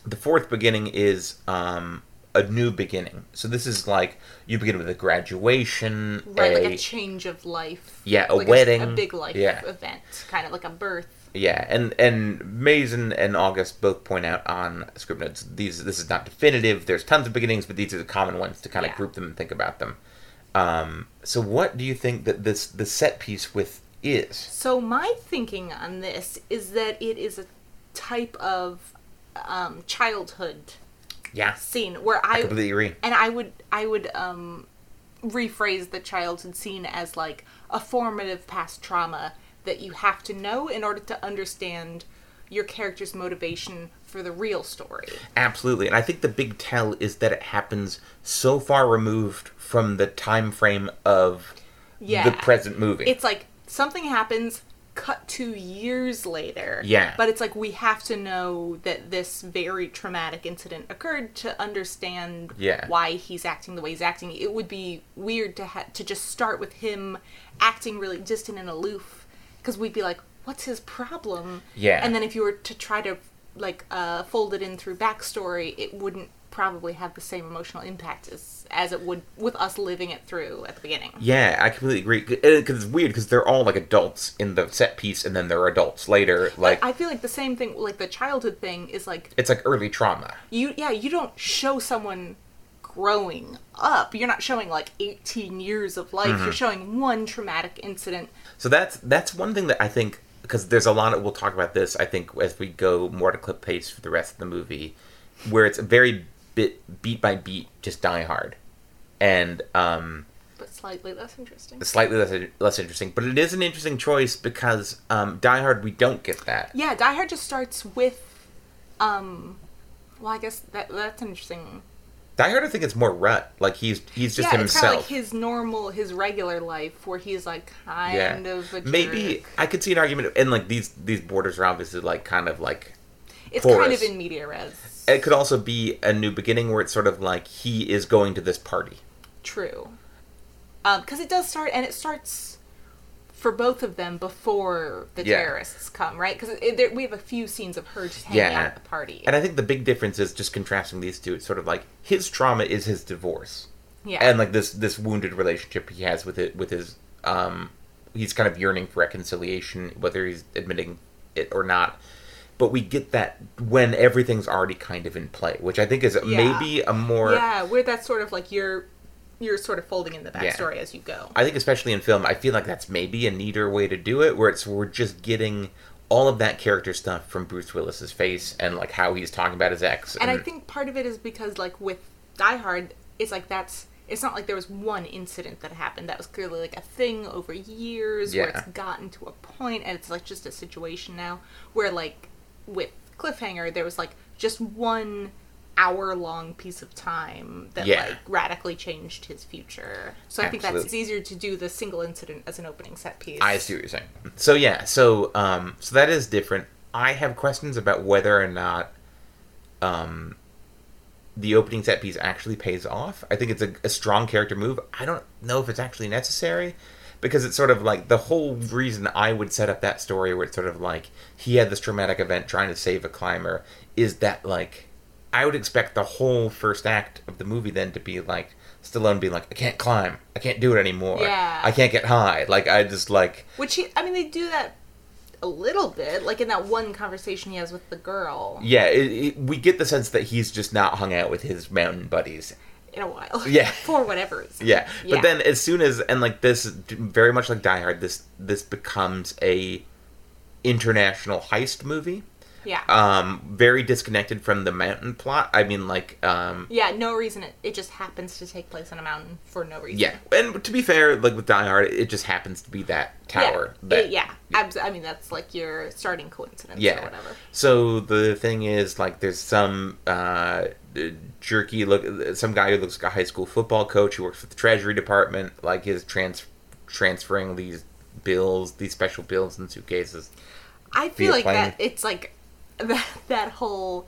[SPEAKER 1] the fourth beginning is um, a new beginning. So this is like you begin with a graduation,
[SPEAKER 2] Right,
[SPEAKER 1] a,
[SPEAKER 2] like a change of life.
[SPEAKER 1] yeah, a
[SPEAKER 2] like
[SPEAKER 1] wedding,
[SPEAKER 2] a big life
[SPEAKER 1] yeah,
[SPEAKER 2] event, kind of like a birth.
[SPEAKER 1] yeah, and and Mason and August both point out on script notes these this is not definitive. There's tons of beginnings, but these are the common ones to kind of
[SPEAKER 2] Yeah.
[SPEAKER 1] group them and think about them. Um, so what do you think that this the set piece with is?
[SPEAKER 2] So my thinking on this is that it is a type of um, childhood
[SPEAKER 1] Yeah,
[SPEAKER 2] scene where I,
[SPEAKER 1] completely agree.
[SPEAKER 2] and I would I would um, rephrase the childhood scene as like a formative past trauma that you have to know in order to understand your character's motivation for the real story.
[SPEAKER 1] Absolutely, and I think the big tell is that it happens so far removed from the time frame of
[SPEAKER 2] Yeah.
[SPEAKER 1] the present movie.
[SPEAKER 2] It's like something happens, cut to years later.
[SPEAKER 1] Yeah.
[SPEAKER 2] But it's like we have to know that this very traumatic incident occurred to understand
[SPEAKER 1] Yeah.
[SPEAKER 2] why he's acting the way he's acting. It would be weird to ha- to just start with him acting really distant and aloof because we'd be like, what's his problem?
[SPEAKER 1] Yeah.
[SPEAKER 2] And then if you were to try to like uh, fold it in through backstory, it wouldn't probably have the same emotional impact as as it would with us living it through at the beginning.
[SPEAKER 1] Yeah, I completely agree. Because it's weird because they're all like adults in the set piece, and then they're adults later. Like
[SPEAKER 2] I feel like the same thing, like the childhood thing, is like
[SPEAKER 1] it's like early trauma.
[SPEAKER 2] you. Yeah, you don't show someone growing up. You're not showing like 18 years of
[SPEAKER 1] Mm-hmm.
[SPEAKER 2] life. You're showing one traumatic incident.
[SPEAKER 1] So that's that's one thing that I think because there's a lot of we'll talk about this I think as we go more to clip pace for the rest of the movie, where it's very bit beat by beat, just die hard, and um,
[SPEAKER 2] But slightly less interesting.
[SPEAKER 1] slightly less less interesting. But it is an interesting choice because um, die hard we don't get that.
[SPEAKER 2] Yeah, Die Hard just starts with, um, well, I guess that that's an interesting.
[SPEAKER 1] Die hard I think it's more rut. Like he's he's just
[SPEAKER 2] yeah, it's kind of
[SPEAKER 1] himself.
[SPEAKER 2] like his normal, his regular life, where he's like kind of a
[SPEAKER 1] maybe
[SPEAKER 2] jerk.
[SPEAKER 1] I could see an argument, and like these these borders are obviously like kind of like
[SPEAKER 2] it's kind
[SPEAKER 1] porous.
[SPEAKER 2] of in media res.
[SPEAKER 1] it could also be a new beginning where it's sort of like he is going to this party.
[SPEAKER 2] True. Because it does start, and it starts for both of them before the
[SPEAKER 1] Yeah.
[SPEAKER 2] terrorists come, right? Because we have a few scenes of her just hanging
[SPEAKER 1] Yeah.
[SPEAKER 2] out at the party.
[SPEAKER 1] And I think the big difference is just contrasting these two. It's sort of like his trauma is his divorce,
[SPEAKER 2] yeah.
[SPEAKER 1] and like this this wounded relationship he has with it with his um he's kind of yearning for reconciliation, whether he's admitting it or not. But we get that when everything's already kind of in play, which I think is
[SPEAKER 2] Yeah.
[SPEAKER 1] maybe a more
[SPEAKER 2] yeah, where that's sort of like you're you're sort of folding in the backstory as you go.
[SPEAKER 1] I think especially in film, I feel like that's maybe a neater way to do it, where it's we're just getting all of that character stuff from Bruce Willis's face and like how he's talking about his ex.
[SPEAKER 2] and I think part of it is because like with Die Hard, it's like that's it's not like there was one incident that happened. That was clearly like a thing over years where
[SPEAKER 1] Yeah.
[SPEAKER 2] it's gotten to a point and it's like just a situation now where like with Cliffhanger there was like just one hour long piece of time that
[SPEAKER 1] Yeah.
[SPEAKER 2] like radically changed his future. So I think that's
[SPEAKER 1] Absolutely.
[SPEAKER 2] it's easier to do the single incident as an opening set piece.
[SPEAKER 1] I see what you're saying. So yeah, so um, so that is different. I have questions about whether or not um, the opening set piece actually pays off. I think it's a, a strong character move. I don't know if it's actually necessary because it's sort of like the whole reason I would set up that story where it's sort of like he had this traumatic event trying to save a climber is that like I would expect the whole first act of the movie then to be like Stallone being like I can't climb, I can't do it anymore,
[SPEAKER 2] Yeah.
[SPEAKER 1] I can't get high. Like I just like
[SPEAKER 2] Which he, I mean they do that a little bit, like in that one conversation he has with the girl
[SPEAKER 1] yeah, it, it, we get the sense that he's just not hung out with his mountain buddies
[SPEAKER 2] in a while.
[SPEAKER 1] Yeah.
[SPEAKER 2] [LAUGHS] For whatever reason.
[SPEAKER 1] Yeah.
[SPEAKER 2] Yeah.
[SPEAKER 1] But then as soon as and like this very much like Die Hard, this this becomes a international heist movie.
[SPEAKER 2] Yeah.
[SPEAKER 1] Um very disconnected from the mountain plot. I mean like um
[SPEAKER 2] yeah, no reason. It, it just happens to take place on a mountain for no reason.
[SPEAKER 1] yeah. And to be fair, like with Die Hard, it just happens to be that tower.
[SPEAKER 2] Yeah.
[SPEAKER 1] that-
[SPEAKER 2] It- yeah. Abs- I mean, that's like your starting coincidence
[SPEAKER 1] Yeah.
[SPEAKER 2] or whatever.
[SPEAKER 1] So the thing is, like, there's some uh, jerky look, some guy who looks like a high school football coach who works for the Treasury Department, like, is trans- transferring these bills, these special bills in suitcases.
[SPEAKER 2] I feel
[SPEAKER 1] a
[SPEAKER 2] like
[SPEAKER 1] plane.
[SPEAKER 2] that it's like that, that whole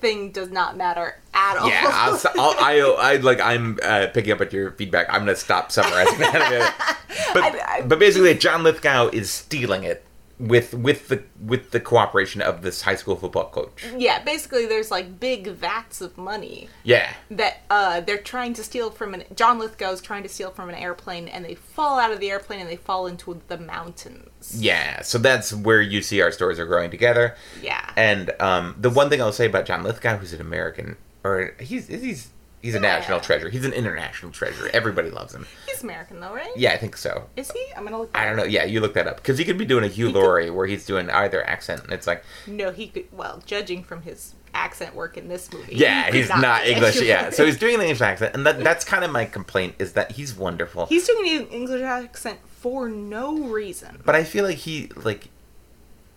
[SPEAKER 2] thing does not matter at all. [LAUGHS]
[SPEAKER 1] Yeah, I'll, s- I'll, I, I, like, I'm uh, picking up at your feedback. I'm gonna stop summarizing that. [LAUGHS] but,
[SPEAKER 2] I- I-
[SPEAKER 1] but basically, John Lithgow is stealing it with with the with the cooperation of this high school football coach.
[SPEAKER 2] yeah, basically there's like big vats of money
[SPEAKER 1] Yeah.
[SPEAKER 2] that uh, they're trying to steal from an John Lithgow's trying to steal from an airplane and they fall out of the airplane and they fall into the mountains.
[SPEAKER 1] Yeah, so that's where you see our stories are growing together.
[SPEAKER 2] Yeah.
[SPEAKER 1] And um, the one thing I'll say about John Lithgow, who's an American, or he's he's he's a national
[SPEAKER 2] Oh, Yeah.
[SPEAKER 1] treasure. He's an international treasure. Everybody loves him.
[SPEAKER 2] He's American though, right?
[SPEAKER 1] Yeah, I think so.
[SPEAKER 2] Is he? I'm gonna look.
[SPEAKER 1] I don't know. Yeah, you look that up because he could be doing a Hugh
[SPEAKER 2] could-
[SPEAKER 1] Laurie where he's doing either accent, and it's like,
[SPEAKER 2] No, he could. Well, judging from his accent work in this movie,
[SPEAKER 1] yeah,
[SPEAKER 2] he could
[SPEAKER 1] he's not,
[SPEAKER 2] be
[SPEAKER 1] English.
[SPEAKER 2] actually-
[SPEAKER 1] Yeah, so he's doing an English accent, and that that's kind of my complaint is that he's wonderful,
[SPEAKER 2] [LAUGHS] he's doing an English accent for no reason.
[SPEAKER 1] but I feel like he like.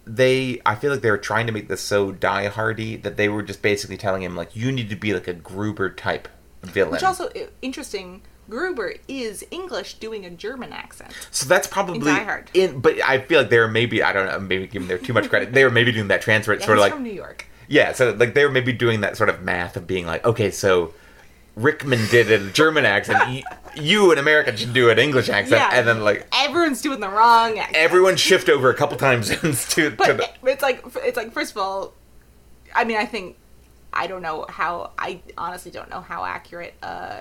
[SPEAKER 1] They, I feel like they were trying to make this so die hardy that they were just basically telling him like, you need to be like a Gruber type villain.
[SPEAKER 2] Which also i- interesting Gruber is English doing a German accent.
[SPEAKER 1] So that's probably
[SPEAKER 2] Die Hard.
[SPEAKER 1] in. But I feel like they were maybe I don't know maybe giving them too much credit. they were maybe doing that transfer. It's
[SPEAKER 2] Yeah,
[SPEAKER 1] sort
[SPEAKER 2] he's
[SPEAKER 1] of like
[SPEAKER 2] from New York.
[SPEAKER 1] yeah. So like they were maybe doing that sort of math of being like okay, so Rickman did a German accent. y- you in America should do an English accent,
[SPEAKER 2] Yeah.
[SPEAKER 1] and then like
[SPEAKER 2] Everyone's doing the wrong accent.
[SPEAKER 1] everyone shift over a couple time zones [LAUGHS] to, to the,
[SPEAKER 2] but it's like it's like first of all, I mean I think I don't know how I honestly don't know how accurate uh,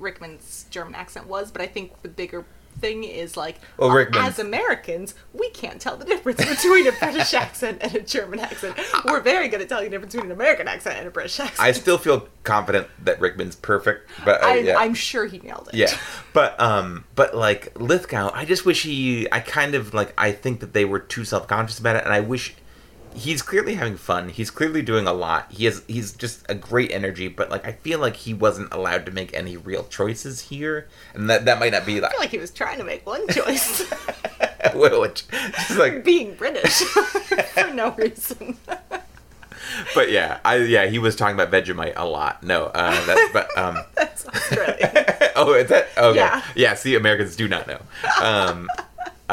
[SPEAKER 2] Rickman's German accent was, but I think the bigger thing is like
[SPEAKER 1] Well, Rickman-
[SPEAKER 2] as Americans we can't tell the difference between a British
[SPEAKER 1] [LAUGHS]
[SPEAKER 2] accent and a German accent. We're very good at telling the difference between an American accent and a British accent.
[SPEAKER 1] I still feel confident that Rickman's perfect, but uh,
[SPEAKER 2] I,
[SPEAKER 1] yeah.
[SPEAKER 2] I'm sure he nailed [LAUGHS]
[SPEAKER 1] [LAUGHS]
[SPEAKER 2] it.
[SPEAKER 1] Yeah, but um, but like Lithgow, I just wish he. I kind of like. I think that they were too self conscious about it, and I wish he's clearly having fun. He's clearly doing a lot. He has. He's just a great energy, but like I feel like he wasn't allowed to make any real choices here, and that that might not be like,
[SPEAKER 2] I feel like he was trying to make one choice, [LAUGHS]
[SPEAKER 1] [LAUGHS] which just like.
[SPEAKER 2] being British [LAUGHS] for no reason. [LAUGHS]
[SPEAKER 1] But yeah, I yeah he was talking about Vegemite a lot. No, uh, that's but um. [LAUGHS]
[SPEAKER 2] That's Australia.
[SPEAKER 1] oh, is that okay?
[SPEAKER 2] Yeah.
[SPEAKER 1] Yeah. see, Americans do not know. Um, [LAUGHS]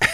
[SPEAKER 1] uh,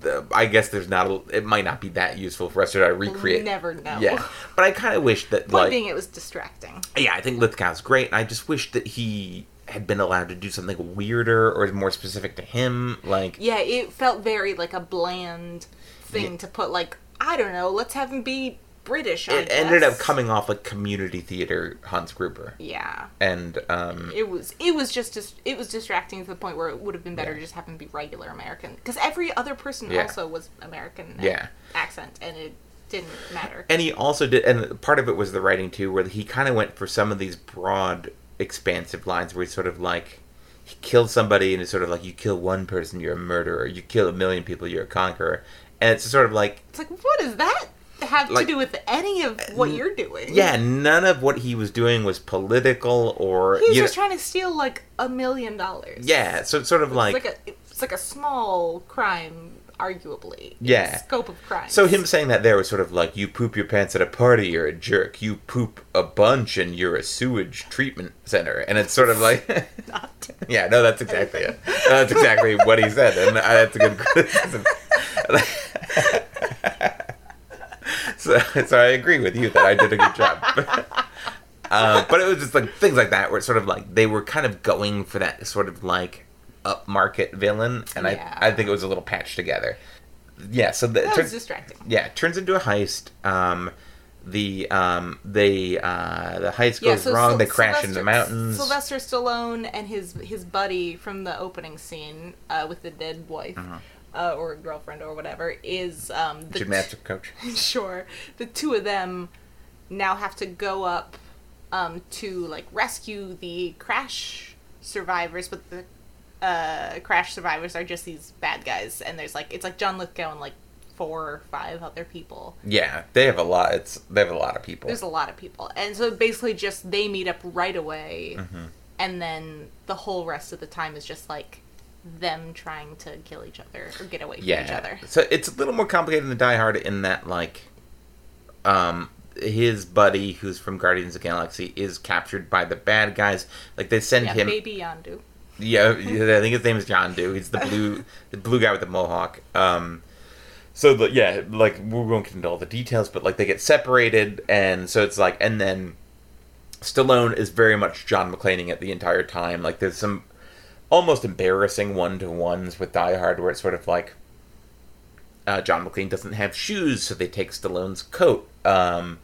[SPEAKER 1] the- I guess there's not. A, it might not be that useful for us to try to recreate.
[SPEAKER 2] never know.
[SPEAKER 1] Yeah, but I kind of wish that
[SPEAKER 2] Point
[SPEAKER 1] like
[SPEAKER 2] being, it was distracting.
[SPEAKER 1] yeah, I think Lithgow's great, and I just wish that he had been allowed to do something weirder or more specific to him. Like
[SPEAKER 2] Yeah, it felt very like a bland thing to put. Like I don't know, let's have him be British. I
[SPEAKER 1] it ended
[SPEAKER 2] guess.
[SPEAKER 1] up coming off like community theater Hans Gruber,
[SPEAKER 2] Yeah,
[SPEAKER 1] and um,
[SPEAKER 2] it was. It was just. dis- It was distracting to the point where it would have been better to just have him be regular American. Because every other person
[SPEAKER 1] Yeah.
[SPEAKER 2] also was American. and
[SPEAKER 1] Yeah.
[SPEAKER 2] accent, and it didn't matter.
[SPEAKER 1] and he also did and part of it was the writing too where he kind of went for some of these broad expansive lines where he's sort of like he kills somebody and it's sort of like you kill one person you're a murderer you kill a million people you're a conqueror and it's sort of like
[SPEAKER 2] it's like, what does that have
[SPEAKER 1] Like- uh,
[SPEAKER 2] to do with any of what you're doing?
[SPEAKER 1] yeah none of what he was doing was political or
[SPEAKER 2] He was
[SPEAKER 1] you
[SPEAKER 2] just
[SPEAKER 1] know-
[SPEAKER 2] trying to steal like a million dollars.
[SPEAKER 1] yeah so it's sort of like,
[SPEAKER 2] it's like a it's like a small crime, arguably. in
[SPEAKER 1] Yeah.
[SPEAKER 2] scope of crime.
[SPEAKER 1] so him saying that there was sort of like you poop your pants at a party you're a jerk you poop a bunch and you're a sewage treatment center and it's sort of
[SPEAKER 2] [LAUGHS]
[SPEAKER 1] like
[SPEAKER 2] not
[SPEAKER 1] [LAUGHS] Yeah, no, that's exactly it. That's exactly what he said, and uh, that's a good criticism. [LAUGHS] so, so I agree with you that I did a good job. [LAUGHS] uh, but it was just like things like that where it's sort of like they were kind of going for that sort of like upmarket villain, and
[SPEAKER 2] Yeah.
[SPEAKER 1] I I think it was a little patched together. Yeah, so the,
[SPEAKER 2] that
[SPEAKER 1] tur-
[SPEAKER 2] was distracting.
[SPEAKER 1] yeah, it turns into a heist. Um, the um, they uh, the heist goes
[SPEAKER 2] Yeah, so
[SPEAKER 1] wrong.
[SPEAKER 2] Syl-
[SPEAKER 1] they crash in
[SPEAKER 2] Sylvester-
[SPEAKER 1] the mountains.
[SPEAKER 2] Sylvester Stallone and his his buddy from the opening scene uh, with the dead wife
[SPEAKER 1] Uh-huh.
[SPEAKER 2] uh, or girlfriend or whatever is um, the
[SPEAKER 1] Gymnastic coach.
[SPEAKER 2] [LAUGHS] sure the two of them now have to go up um, to like rescue the crash survivors but the uh, crash survivors are just these bad guys and there's like it's like john lithgow and like four or five other people
[SPEAKER 1] Yeah, they have a lot. It's they have a lot of people.
[SPEAKER 2] there's a lot of people and so basically just they meet up right away
[SPEAKER 1] Mm-hmm.
[SPEAKER 2] and then the whole rest of the time is just like them trying to kill each other or get away from
[SPEAKER 1] yeah,
[SPEAKER 2] each other
[SPEAKER 1] so it's a little more complicated than Die Hard in that like, um, his buddy who's from Guardians of the Galaxy is captured by the bad guys. Like they send
[SPEAKER 2] yeah
[SPEAKER 1] him.
[SPEAKER 2] baby yandu
[SPEAKER 1] Yeah, yeah, I think his name is John Doe. He's the blue, the blue guy with the mohawk. Um, so the, yeah, like we won't get into all the details, but like they get separated, and so it's like, and then Stallone is very much John McClaning at the entire time. Like there's some almost embarrassing one to ones with Die Hard, where it's sort of like uh, John McClane doesn't have shoes, so they take Stallone's coat. Um,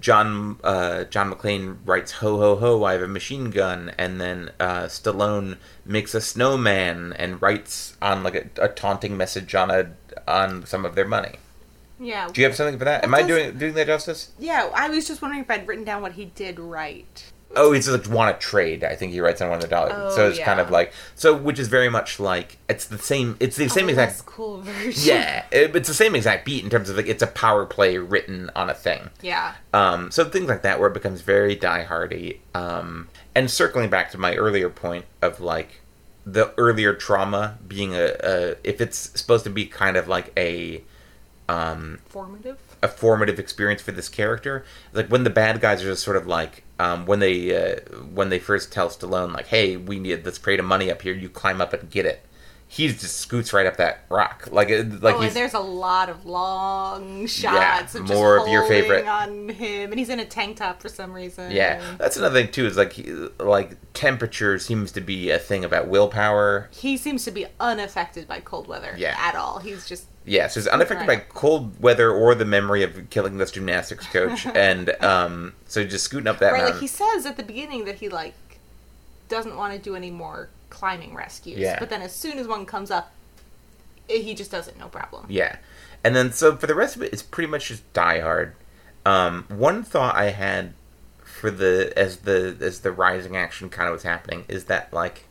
[SPEAKER 1] John uh, John McClane writes "Ho ho ho, I have a machine gun," and then uh, Stallone makes a snowman and writes on like a, a taunting message on a on some of their money.
[SPEAKER 2] yeah
[SPEAKER 1] Do you have something for that? Am I
[SPEAKER 2] does-
[SPEAKER 1] doing doing that justice?
[SPEAKER 2] Yeah, I was just wondering if I'd written down what he did right.
[SPEAKER 1] Oh, he's like want to trade. I think he writes on one of the dollars.
[SPEAKER 2] Oh,
[SPEAKER 1] so it's kind
[SPEAKER 2] yeah.
[SPEAKER 1] of like so, which is very much like it's the same. It's the same
[SPEAKER 2] Oh,
[SPEAKER 1] exact
[SPEAKER 2] less cool version.
[SPEAKER 1] yeah. it- it's the same exact beat in terms of like it's a power play written on a thing.
[SPEAKER 2] [LAUGHS] Yeah.
[SPEAKER 1] Um, so things like that where it becomes very diehardy. Um, and circling back to my earlier point of like the earlier trauma being a, a if it's supposed to be kind of like a
[SPEAKER 2] Formative.
[SPEAKER 1] a formative experience for this character, like when the bad guys are just sort of like um, when they uh, when they first tell Stallone like, "Hey, we need this crate of money up here. You climb up and get it." He just scoots right up that rock, like it- like
[SPEAKER 2] oh, and
[SPEAKER 1] he's
[SPEAKER 2] there's a lot of long shots of just
[SPEAKER 1] more of your
[SPEAKER 2] holding
[SPEAKER 1] favorite-
[SPEAKER 2] on him, and he's in a tank top for some reason.
[SPEAKER 1] yeah. That's another thing too is like he, like temperature seems to be a thing about willpower.
[SPEAKER 2] he seems to be unaffected by cold weather
[SPEAKER 1] Yeah.
[SPEAKER 2] at all. He's just
[SPEAKER 1] Yes, he's unaffected
[SPEAKER 2] Right.
[SPEAKER 1] by cold weather or the memory of killing this gymnastics
[SPEAKER 2] [LAUGHS]
[SPEAKER 1] coach, and um, so just scooting up that
[SPEAKER 2] right.
[SPEAKER 1] mountain.
[SPEAKER 2] Like he says at the beginning that he like doesn't want to do any more climbing rescues.
[SPEAKER 1] Yeah.
[SPEAKER 2] But then as soon as one comes up, eh, he just does it no problem.
[SPEAKER 1] Yeah. And then so for the rest of it it's pretty much just Die Hard. Um, one thought I had for the as the as the rising action kind of was happening is that like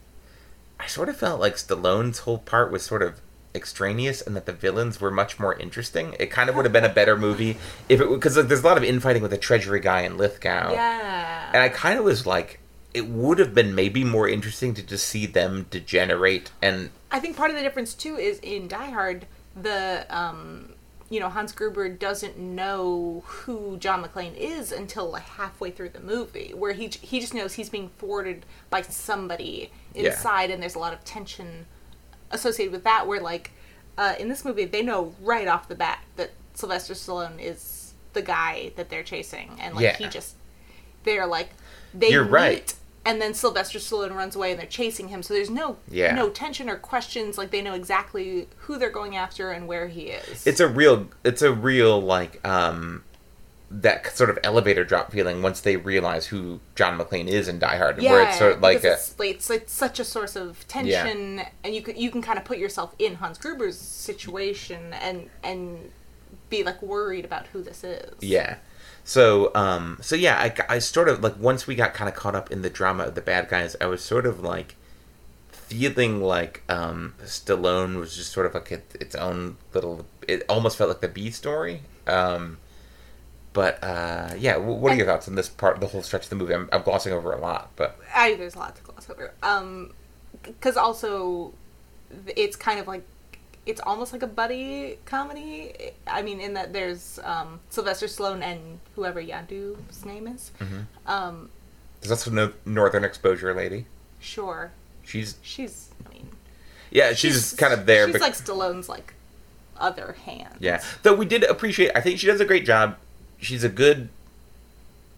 [SPEAKER 1] I sort of felt like Stallone's whole part was sort of extraneous and that the villains were much more interesting. It kind of would have been a better movie if it because like there's a lot of infighting with the treasury guy and Lithgow.
[SPEAKER 2] Yeah.
[SPEAKER 1] And I kind of was like it would have been maybe more interesting to just see them degenerate and
[SPEAKER 2] I think part of the difference too is in Die Hard, the um, you know Hans Gruber doesn't know who John McClane is until like halfway through the movie, where he j- he just knows he's being thwarted by somebody
[SPEAKER 1] Yeah.
[SPEAKER 2] inside, and there's a lot of tension associated with that. Where like uh, in this movie, they know right off the bat that Sylvester Stallone is the guy that they're chasing, and like
[SPEAKER 1] Yeah.
[SPEAKER 2] he just they're like they
[SPEAKER 1] You're
[SPEAKER 2] meet,
[SPEAKER 1] right.
[SPEAKER 2] and then Sylvester Stallone runs away and they're chasing him. So there's no
[SPEAKER 1] Yeah.
[SPEAKER 2] no tension or questions. Like they know exactly who they're going after and where he is.
[SPEAKER 1] it's a real it's a real like um that sort of elevator drop feeling once they realize who John McClane is in Die Hard, where it's sort of like a,
[SPEAKER 2] because it's, it's, it's such a source of tension, and you can you can kind of put yourself in Hans Gruber's situation and and be like worried about who this is.
[SPEAKER 1] yeah. So um so yeah, I, I sort of like once we got kind of caught up in the drama of the bad guys, I was sort of like feeling like um Stallone was just sort of like it, its own little. It almost felt like the B story. Um But uh yeah, wh- what are your thoughts on this part, the whole stretch of the movie? I'm, I'm glossing over a lot, but
[SPEAKER 2] I there's a lot to gloss over. Um, because also, th- it's kind of like it's almost like a buddy comedy. I mean, in that there's um Sylvester Stallone and whoever Yandu's name is.
[SPEAKER 1] Mm-hmm.
[SPEAKER 2] Um,
[SPEAKER 1] There's also no Northern Exposure lady.
[SPEAKER 2] sure,
[SPEAKER 1] She's
[SPEAKER 2] she's. I mean,
[SPEAKER 1] yeah, she's, just kind of there.
[SPEAKER 2] She's
[SPEAKER 1] bec-
[SPEAKER 2] like Stallone's like other hand.
[SPEAKER 1] yeah, though we did appreciate. I think she does a great job. She's a good.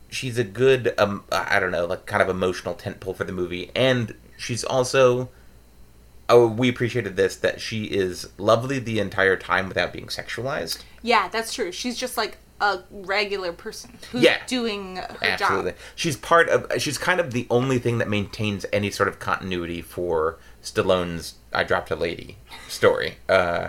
[SPEAKER 1] She's a good. Um, I don't know, like kind of emotional tentpole for the movie, and she's also. Oh, we appreciated this that she is lovely the entire time without being sexualized.
[SPEAKER 2] yeah, that's true. She's just like a regular person who's
[SPEAKER 1] Yeah.
[SPEAKER 2] doing her
[SPEAKER 1] Absolutely,
[SPEAKER 2] job.
[SPEAKER 1] she's part of. She's kind of the only thing that maintains any sort of continuity for Stallone's "I Dropped a Lady" story. Uh,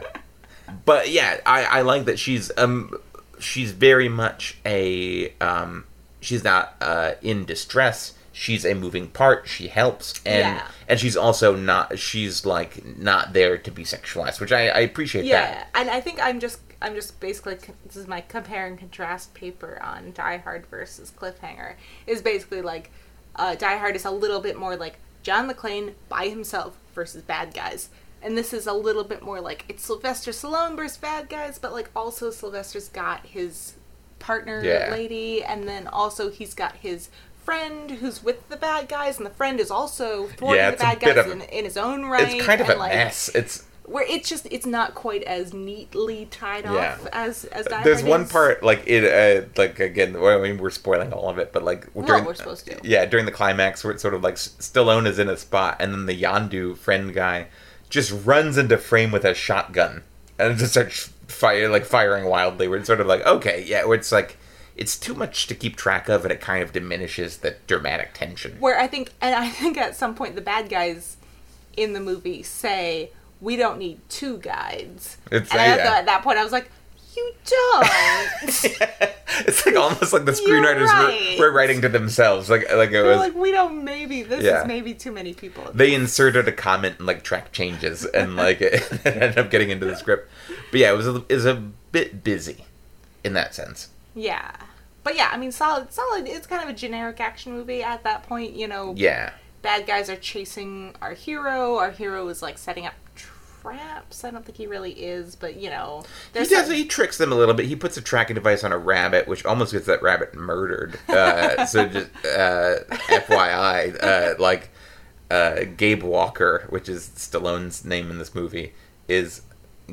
[SPEAKER 1] but yeah, I, I like that she's um she's very much a um she's not uh in distress. She's a moving part. She helps, and
[SPEAKER 2] Yeah.
[SPEAKER 1] and she's also not. She's like not there to be sexualized, which I, I appreciate that.
[SPEAKER 2] Yeah, and I think I'm just I'm just basically this is my compare and contrast paper on Die Hard versus Cliffhanger is basically like uh, Die Hard is a little bit more like John McClane by himself versus bad guys, and this is a little bit more like it's Sylvester Stallone versus bad guys, but like also Sylvester's got his partner
[SPEAKER 1] Yeah.
[SPEAKER 2] lady, and then also he's got his friend who's with the bad guys and the friend is also thwarting
[SPEAKER 1] Yeah,
[SPEAKER 2] the
[SPEAKER 1] it's a
[SPEAKER 2] bad
[SPEAKER 1] bit
[SPEAKER 2] guys
[SPEAKER 1] of-
[SPEAKER 2] in, in his own right
[SPEAKER 1] It's kind of
[SPEAKER 2] and,
[SPEAKER 1] a
[SPEAKER 2] like,
[SPEAKER 1] mess. It's
[SPEAKER 2] where it's just it's not quite as neatly tied
[SPEAKER 1] Yeah.
[SPEAKER 2] off as as Die
[SPEAKER 1] There's
[SPEAKER 2] Hard
[SPEAKER 1] one
[SPEAKER 2] is.
[SPEAKER 1] part like it, uh, like again. well, I mean, we're spoiling all of it, but like
[SPEAKER 2] we're supposed to.
[SPEAKER 1] Yeah, during the climax, where it's sort of like S- Stallone is in a spot, and then the Yandu friend guy just runs into frame with a shotgun and just starts fire like firing wildly. We're sort of like, okay, yeah, where it's like it's too much to keep track of, and it kind of diminishes the dramatic tension.
[SPEAKER 2] where I think and I [LAUGHS] think at some point the bad guys in the movie say we don't need two guides.
[SPEAKER 1] It's-
[SPEAKER 2] and I
[SPEAKER 1] yeah.
[SPEAKER 2] thought at that point I was like, you don't.
[SPEAKER 1] [LAUGHS] it's like almost like the
[SPEAKER 2] [LAUGHS] You're
[SPEAKER 1] screenwriters
[SPEAKER 2] right.
[SPEAKER 1] were, were writing to themselves, like like it
[SPEAKER 2] They're
[SPEAKER 1] was.
[SPEAKER 2] like we don't. Maybe this
[SPEAKER 1] Yeah.
[SPEAKER 2] is maybe too many people.
[SPEAKER 1] they inserted a comment and like track changes and like [LAUGHS] it ended up getting into the script but yeah it was a, it was a bit busy in that sense
[SPEAKER 2] yeah. But yeah, I mean, solid, solid. It's kind of a generic action movie at that point, you know.
[SPEAKER 1] yeah
[SPEAKER 2] bad guys are chasing our hero. Our hero is like setting up traps. I don't think he really is, but you know,
[SPEAKER 1] He
[SPEAKER 2] there's
[SPEAKER 1] does.
[SPEAKER 2] some-
[SPEAKER 1] He tricks them a little bit. He puts a tracking device on a rabbit, which almost gets that rabbit murdered.
[SPEAKER 2] [LAUGHS]
[SPEAKER 1] Uh, so just uh, FYI, uh, like uh, Gabe Walker, which is Stallone's name in this movie, is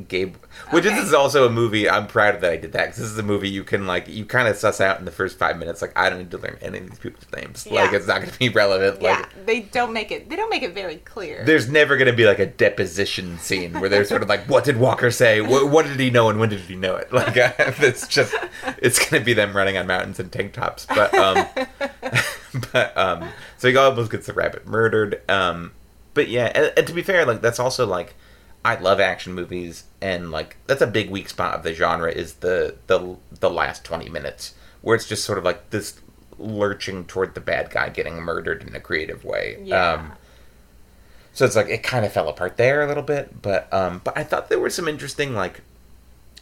[SPEAKER 1] Gabe. Which
[SPEAKER 2] Okay.
[SPEAKER 1] this is also a movie. I'm proud that I did that because this is a movie you can like you kind of suss out in the first five minutes. Like I don't need to learn any of these people's names. Like
[SPEAKER 2] Yeah.
[SPEAKER 1] it's not going to be relevant. Like
[SPEAKER 2] yeah, they don't make it. They don't make it very clear.
[SPEAKER 1] there's never going to be like a deposition scene where they're sort of like, what did Walker say? What, what did he know and when did he know it? [LAUGHS] Like, uh, it's just, it's going to be them running on mountains in tank tops. But, um, [LAUGHS] but, um, so he almost gets the rabbit murdered. Um, but yeah, and, and to be fair, like, that's also like, I love action movies, and like that's a big weak spot of the genre is the the the last twenty minutes where it's just sort of like this lurching toward the bad guy getting murdered in a creative way. Um,
[SPEAKER 2] Yeah.
[SPEAKER 1] so it's like it kind of fell apart there a little bit, but um, but I thought there were some interesting like.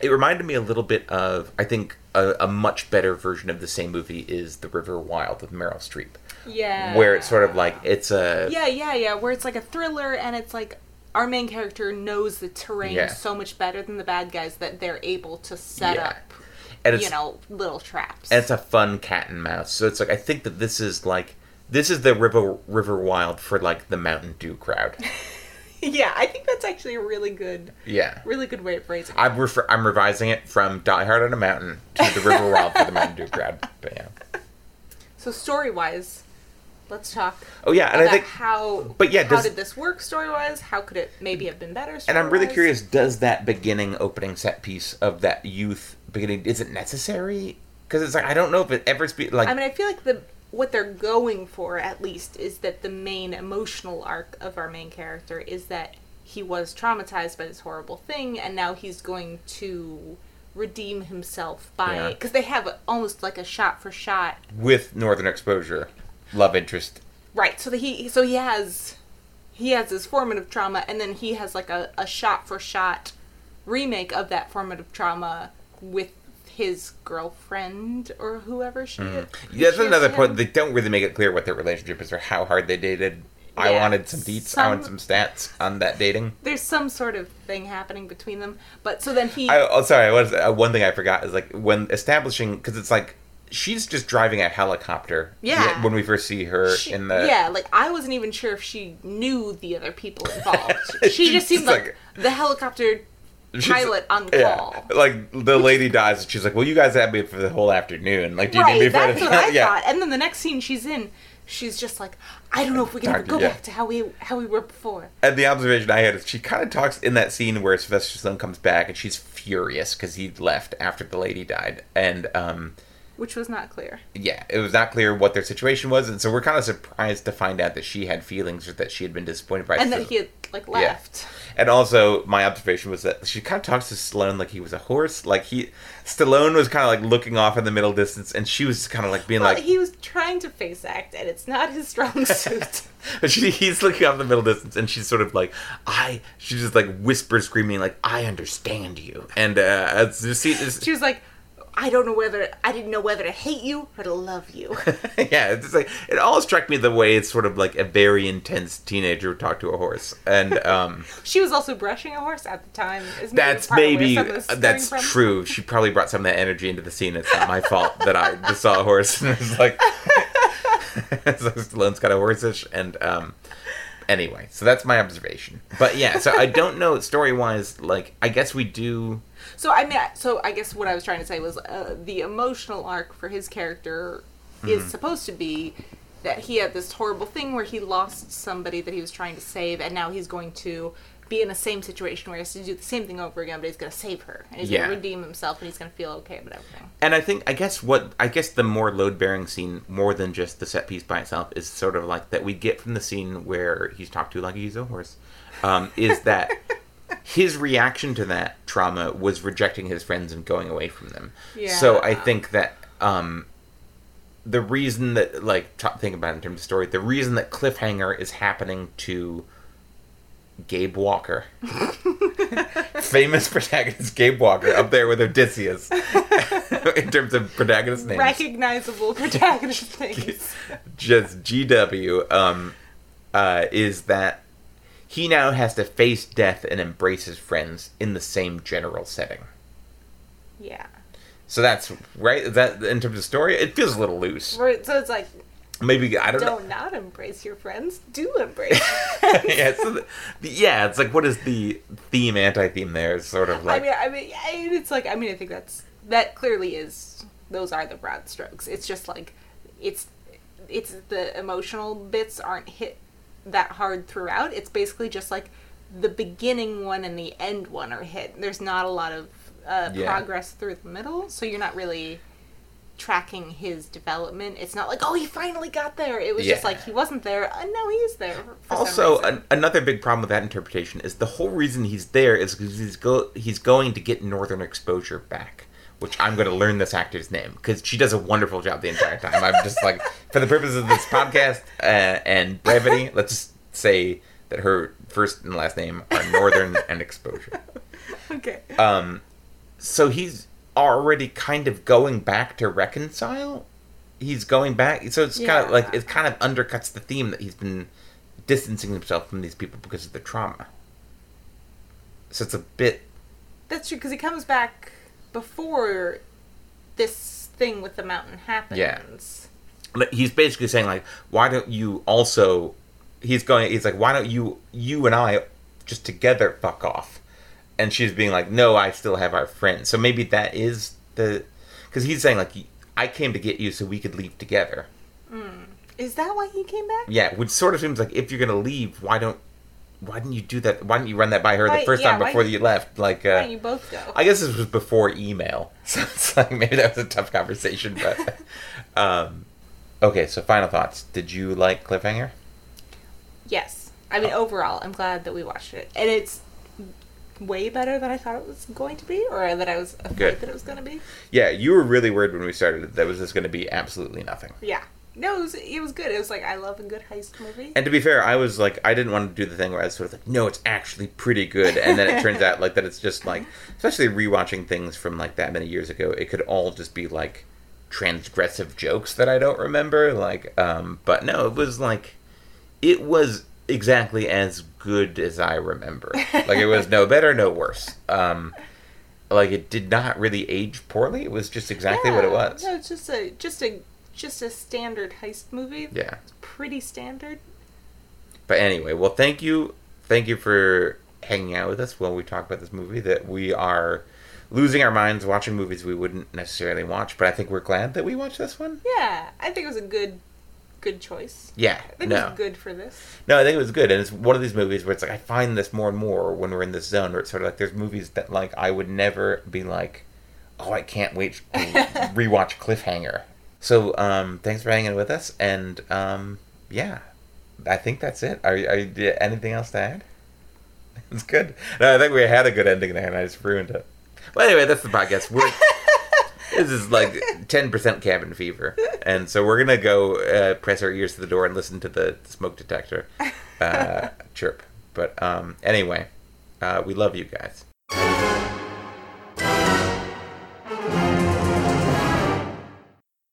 [SPEAKER 1] It reminded me a little bit of I think a, a much better version of the same movie is The River Wild with Meryl Streep,
[SPEAKER 2] yeah,
[SPEAKER 1] where it's sort of like it's a
[SPEAKER 2] yeah, yeah, yeah, where it's like a thriller and it's like our main character knows the terrain
[SPEAKER 1] Yeah.
[SPEAKER 2] so much better than the bad guys that they're able to set
[SPEAKER 1] Yeah.
[SPEAKER 2] up,
[SPEAKER 1] and it's
[SPEAKER 2] you know, little traps.
[SPEAKER 1] and it's a fun cat and mouse. So it's like I think that this is like this is the River River Wild for like the Mountain Dew
[SPEAKER 2] [LAUGHS]
[SPEAKER 1] crowd.
[SPEAKER 2] [LAUGHS] yeah, I think that's actually a really good,
[SPEAKER 1] Yeah.
[SPEAKER 2] really good way of phrasing. it.
[SPEAKER 1] I'm refer- I'm revising it from Die Hard on a Mountain to the River Wild for the Mountain Dew
[SPEAKER 2] [LAUGHS]
[SPEAKER 1] crowd. But yeah.
[SPEAKER 2] So story wise, let's talk.
[SPEAKER 1] Oh yeah, and I
[SPEAKER 2] about
[SPEAKER 1] think
[SPEAKER 2] how,
[SPEAKER 1] but yeah,
[SPEAKER 2] how
[SPEAKER 1] does-
[SPEAKER 2] did this work story wise? How could it maybe have been better?
[SPEAKER 1] and I'm really
[SPEAKER 2] story-wise?
[SPEAKER 1] curious does that beginning opening set piece of that youth beginning is it necessary? Cuz it's like I don't know if it ever spe- like
[SPEAKER 2] I mean, I feel like the what they're going for, at least, is that the main emotional arc of our main character is that he was traumatized by this horrible thing, and now he's going to redeem himself by
[SPEAKER 1] Yeah.
[SPEAKER 2] because they have a- almost like a shot for shot,
[SPEAKER 1] with northern exposure love interest
[SPEAKER 2] right? So that he so he has he has his formative trauma, and then he has like a, a shot for shot remake of that formative trauma with his girlfriend or whoever she is.
[SPEAKER 1] Mm. Yeah, that's
[SPEAKER 2] She is
[SPEAKER 1] another
[SPEAKER 2] to
[SPEAKER 1] point.
[SPEAKER 2] him.
[SPEAKER 1] They don't really make it clear what their relationship is or how hard they dated. I
[SPEAKER 2] Yeah,
[SPEAKER 1] wanted some deets. I wanted some
[SPEAKER 2] some-
[SPEAKER 1] stats on that dating.
[SPEAKER 2] there's some sort of thing happening between them. But so then he,
[SPEAKER 1] I, oh, sorry. What is, uh, one thing I forgot is like when establishing because it's like she's just driving a helicopter.
[SPEAKER 2] Yeah.
[SPEAKER 1] When we first see her
[SPEAKER 2] she-
[SPEAKER 1] in the
[SPEAKER 2] yeah, like I wasn't even sure if she knew the other people
[SPEAKER 1] [LAUGHS]
[SPEAKER 2] involved. she
[SPEAKER 1] She's
[SPEAKER 2] just seemed
[SPEAKER 1] like-
[SPEAKER 2] like, the helicopter
[SPEAKER 1] she's-
[SPEAKER 2] pilot on
[SPEAKER 1] yeah.
[SPEAKER 2] call.
[SPEAKER 1] Like the lady dies and she's like, "Well, you guys had me for the whole afternoon. Like, do you need me
[SPEAKER 2] Right,
[SPEAKER 1] for
[SPEAKER 2] that's
[SPEAKER 1] anything?" [LAUGHS]
[SPEAKER 2] what I
[SPEAKER 1] yeah.
[SPEAKER 2] thought. And then the next scene she's in, she's just like, I don't know if we can ever
[SPEAKER 1] Talking,
[SPEAKER 2] go
[SPEAKER 1] yeah.
[SPEAKER 2] back to how we how we were before.
[SPEAKER 1] And the observation I had is she kind of talks in that scene where Sylvester Stallone comes back and she's furious because he left after the lady died, and um.
[SPEAKER 2] Which was not clear.
[SPEAKER 1] yeah, it was not clear what their situation was, and so we're kind of surprised to find out that she had feelings or that she had been disappointed by.
[SPEAKER 2] And
[SPEAKER 1] Sl-
[SPEAKER 2] that he had like left.
[SPEAKER 1] and also, my observation was that she kind of talks to Stallone like he was a horse. Like he, Stallone was kind of like looking off in the middle distance, and she was kind of like being
[SPEAKER 2] Well,
[SPEAKER 1] like,
[SPEAKER 2] he was trying to face act, and it's not
[SPEAKER 1] [LAUGHS]
[SPEAKER 2] his strong suit.
[SPEAKER 1] But she, he's looking off in the middle distance, and she's sort of like, I. She just like whispers, screaming like, I understand you, and uh, it's just, it's,
[SPEAKER 2] she was like, I don't know whether I didn't know whether to hate you or to love
[SPEAKER 1] [LAUGHS]
[SPEAKER 2] you.
[SPEAKER 1] yeah, it's just like it all struck me the way it's sort of like a very intense teenager would talk to a horse, and um.
[SPEAKER 2] She was also brushing a horse at the time. Is
[SPEAKER 1] That's
[SPEAKER 2] part of where
[SPEAKER 1] maybe
[SPEAKER 2] some of this is coming
[SPEAKER 1] that's
[SPEAKER 2] from.
[SPEAKER 1] true. She probably brought some of that energy into the scene. It's not my fault that I just saw a horse and was like, [LAUGHS] so Stallone's kind of horseish. And um, anyway, so that's my observation. But yeah, so I don't know story wise. Like, I guess we do.
[SPEAKER 2] So I mean, I- so I guess what I was trying to say was uh, the emotional arc for his character
[SPEAKER 1] Mm-hmm.
[SPEAKER 2] is supposed to be that he had this horrible thing where he lost somebody that he was trying to save, and now he's going to be in the same situation where he has to do the same thing over again, but he's going to save her and he's
[SPEAKER 1] Yeah.
[SPEAKER 2] going to redeem himself and he's going to feel okay about everything.
[SPEAKER 1] And I think I guess what I guess the more load bearing scene, more than just the set piece by itself, is sort of like that we get from the scene where he's talked to like he's a horse, um, is that his reaction to that trauma was rejecting his friends and going away from them. So I
[SPEAKER 2] Yeah.
[SPEAKER 1] think that um, the reason that like t- think about it in terms of story, the reason that cliffhanger is happening to Gabe Walker, [LAUGHS] famous protagonist Gabe Walker, up there with Odysseus [LAUGHS] in terms of protagonist names.
[SPEAKER 2] Recognizable [LAUGHS]
[SPEAKER 1] [LAUGHS]
[SPEAKER 2] protagonist things.
[SPEAKER 1] Just GW um, uh, is that He now has to face death and embrace his friends in the same general setting.
[SPEAKER 2] Yeah.
[SPEAKER 1] So that's right. That in terms of story, it feels a little loose.
[SPEAKER 2] Right, So it's like,
[SPEAKER 1] Maybe I don't, know.
[SPEAKER 2] don't not embrace your friends. Do embrace.
[SPEAKER 1] [LAUGHS] yeah, so the, yeah, it's like what is the theme anti-theme there? It's sort of
[SPEAKER 2] I
[SPEAKER 1] like
[SPEAKER 2] mean, I mean, yeah, and it's like, I mean, I think that's that clearly is those are the broad strokes. It's just like, it's it's the emotional bits aren't hit that hard throughout. It's basically just like the beginning one and the end one are hit. There's not a lot of uh,
[SPEAKER 1] Yeah.
[SPEAKER 2] progress through the middle, so you're not really tracking his development. It's not like, oh, he finally got there. It was just
[SPEAKER 1] Yeah.
[SPEAKER 2] like he wasn't there. Uh, no, he's there. for some
[SPEAKER 1] Also,
[SPEAKER 2] reason.
[SPEAKER 1] an, another big problem with that interpretation is the whole reason he's there is because he's go he's going to get Northern Exposure back, which I'm going to learn this actor's name because she does a wonderful job the entire time. I'm just like, [LAUGHS] for the purposes of this podcast uh, and brevity, let's just say that her first and last name are Northern and Exposure.
[SPEAKER 2] [LAUGHS] okay.
[SPEAKER 1] Um, so he's already kind of going back to reconcile. He's going back, so it's kind
[SPEAKER 2] Yeah.
[SPEAKER 1] of like it kind of undercuts the theme that he's been distancing himself from these people because of the trauma. So it's a bit
[SPEAKER 2] That's true because he comes back before this thing with the mountain happens.
[SPEAKER 1] Yeah. like, he's basically saying like, why don't you also? He's going. He's like, why don't you you and I just together fuck off? And she's being like, no, I still have our friends. So maybe that is the because he's saying like, I came to get you so we could leave together.
[SPEAKER 2] Is that why he came back?
[SPEAKER 1] Yeah, which sort of seems like if you're gonna leave, why don't why didn't you do that? Why didn't you run that by her
[SPEAKER 2] Why-
[SPEAKER 1] the first
[SPEAKER 2] yeah,
[SPEAKER 1] time
[SPEAKER 2] why
[SPEAKER 1] before
[SPEAKER 2] didn't-
[SPEAKER 1] you left? Like,
[SPEAKER 2] Why don't
[SPEAKER 1] uh,
[SPEAKER 2] you both go?
[SPEAKER 1] I guess this was before email, [LAUGHS] so it's like maybe that was a tough conversation. But [LAUGHS] um, okay, so final thoughts. Did you like Cliffhanger?
[SPEAKER 2] yes. I
[SPEAKER 1] Oh.
[SPEAKER 2] mean, overall, I'm glad that we watched it, and it's way better than I thought it was going to be, or that I was afraid
[SPEAKER 1] Good.
[SPEAKER 2] that it was going to be.
[SPEAKER 1] Yeah, you were really worried when we started that there was just gonna be absolutely nothing.
[SPEAKER 2] Yeah. No, it was, it was good. It was like I love a good heist movie.
[SPEAKER 1] And to be fair, I was like, I didn't want to do the thing where I was sort of like, no, it's actually pretty good, and then it turns out like that it's just like, especially rewatching things from like that many years ago, it could all just be like transgressive jokes that I don't remember. Like, um, but no, it was like, it was exactly as good as I remember. Like, it was no better, no worse. Um, like, it did not really age poorly. It was just exactly what it
[SPEAKER 2] Yeah.
[SPEAKER 1] was.
[SPEAKER 2] No, it's just a just a just a standard heist movie.
[SPEAKER 1] Yeah.
[SPEAKER 2] It's pretty standard.
[SPEAKER 1] But anyway, well, thank you, thank you for hanging out with us while we talk about this movie that we are losing our minds watching movies we wouldn't necessarily watch. But I think we're glad that we watched this one.
[SPEAKER 2] Yeah, I think it was a good good choice.
[SPEAKER 1] Yeah,
[SPEAKER 2] I think it
[SPEAKER 1] no,
[SPEAKER 2] was good for this.
[SPEAKER 1] no, I think it was good, and it's one of these movies where it's like I find this more and more when we're in this zone where it's sort of like there's movies that like I would never be like, oh, I can't wait to rewatch Cliffhanger. So, um, thanks for hanging with us, and um, yeah, I think that's it. Are, are you anything else to add? [LAUGHS] It's good. No, I think we had a good ending there, and I just ruined it. Well, anyway, that's the podcast. We're this is like ten percent cabin fever, and so we're gonna go uh, press our ears to the door and listen to the smoke detector uh, chirp. But um, anyway, uh, we love you guys.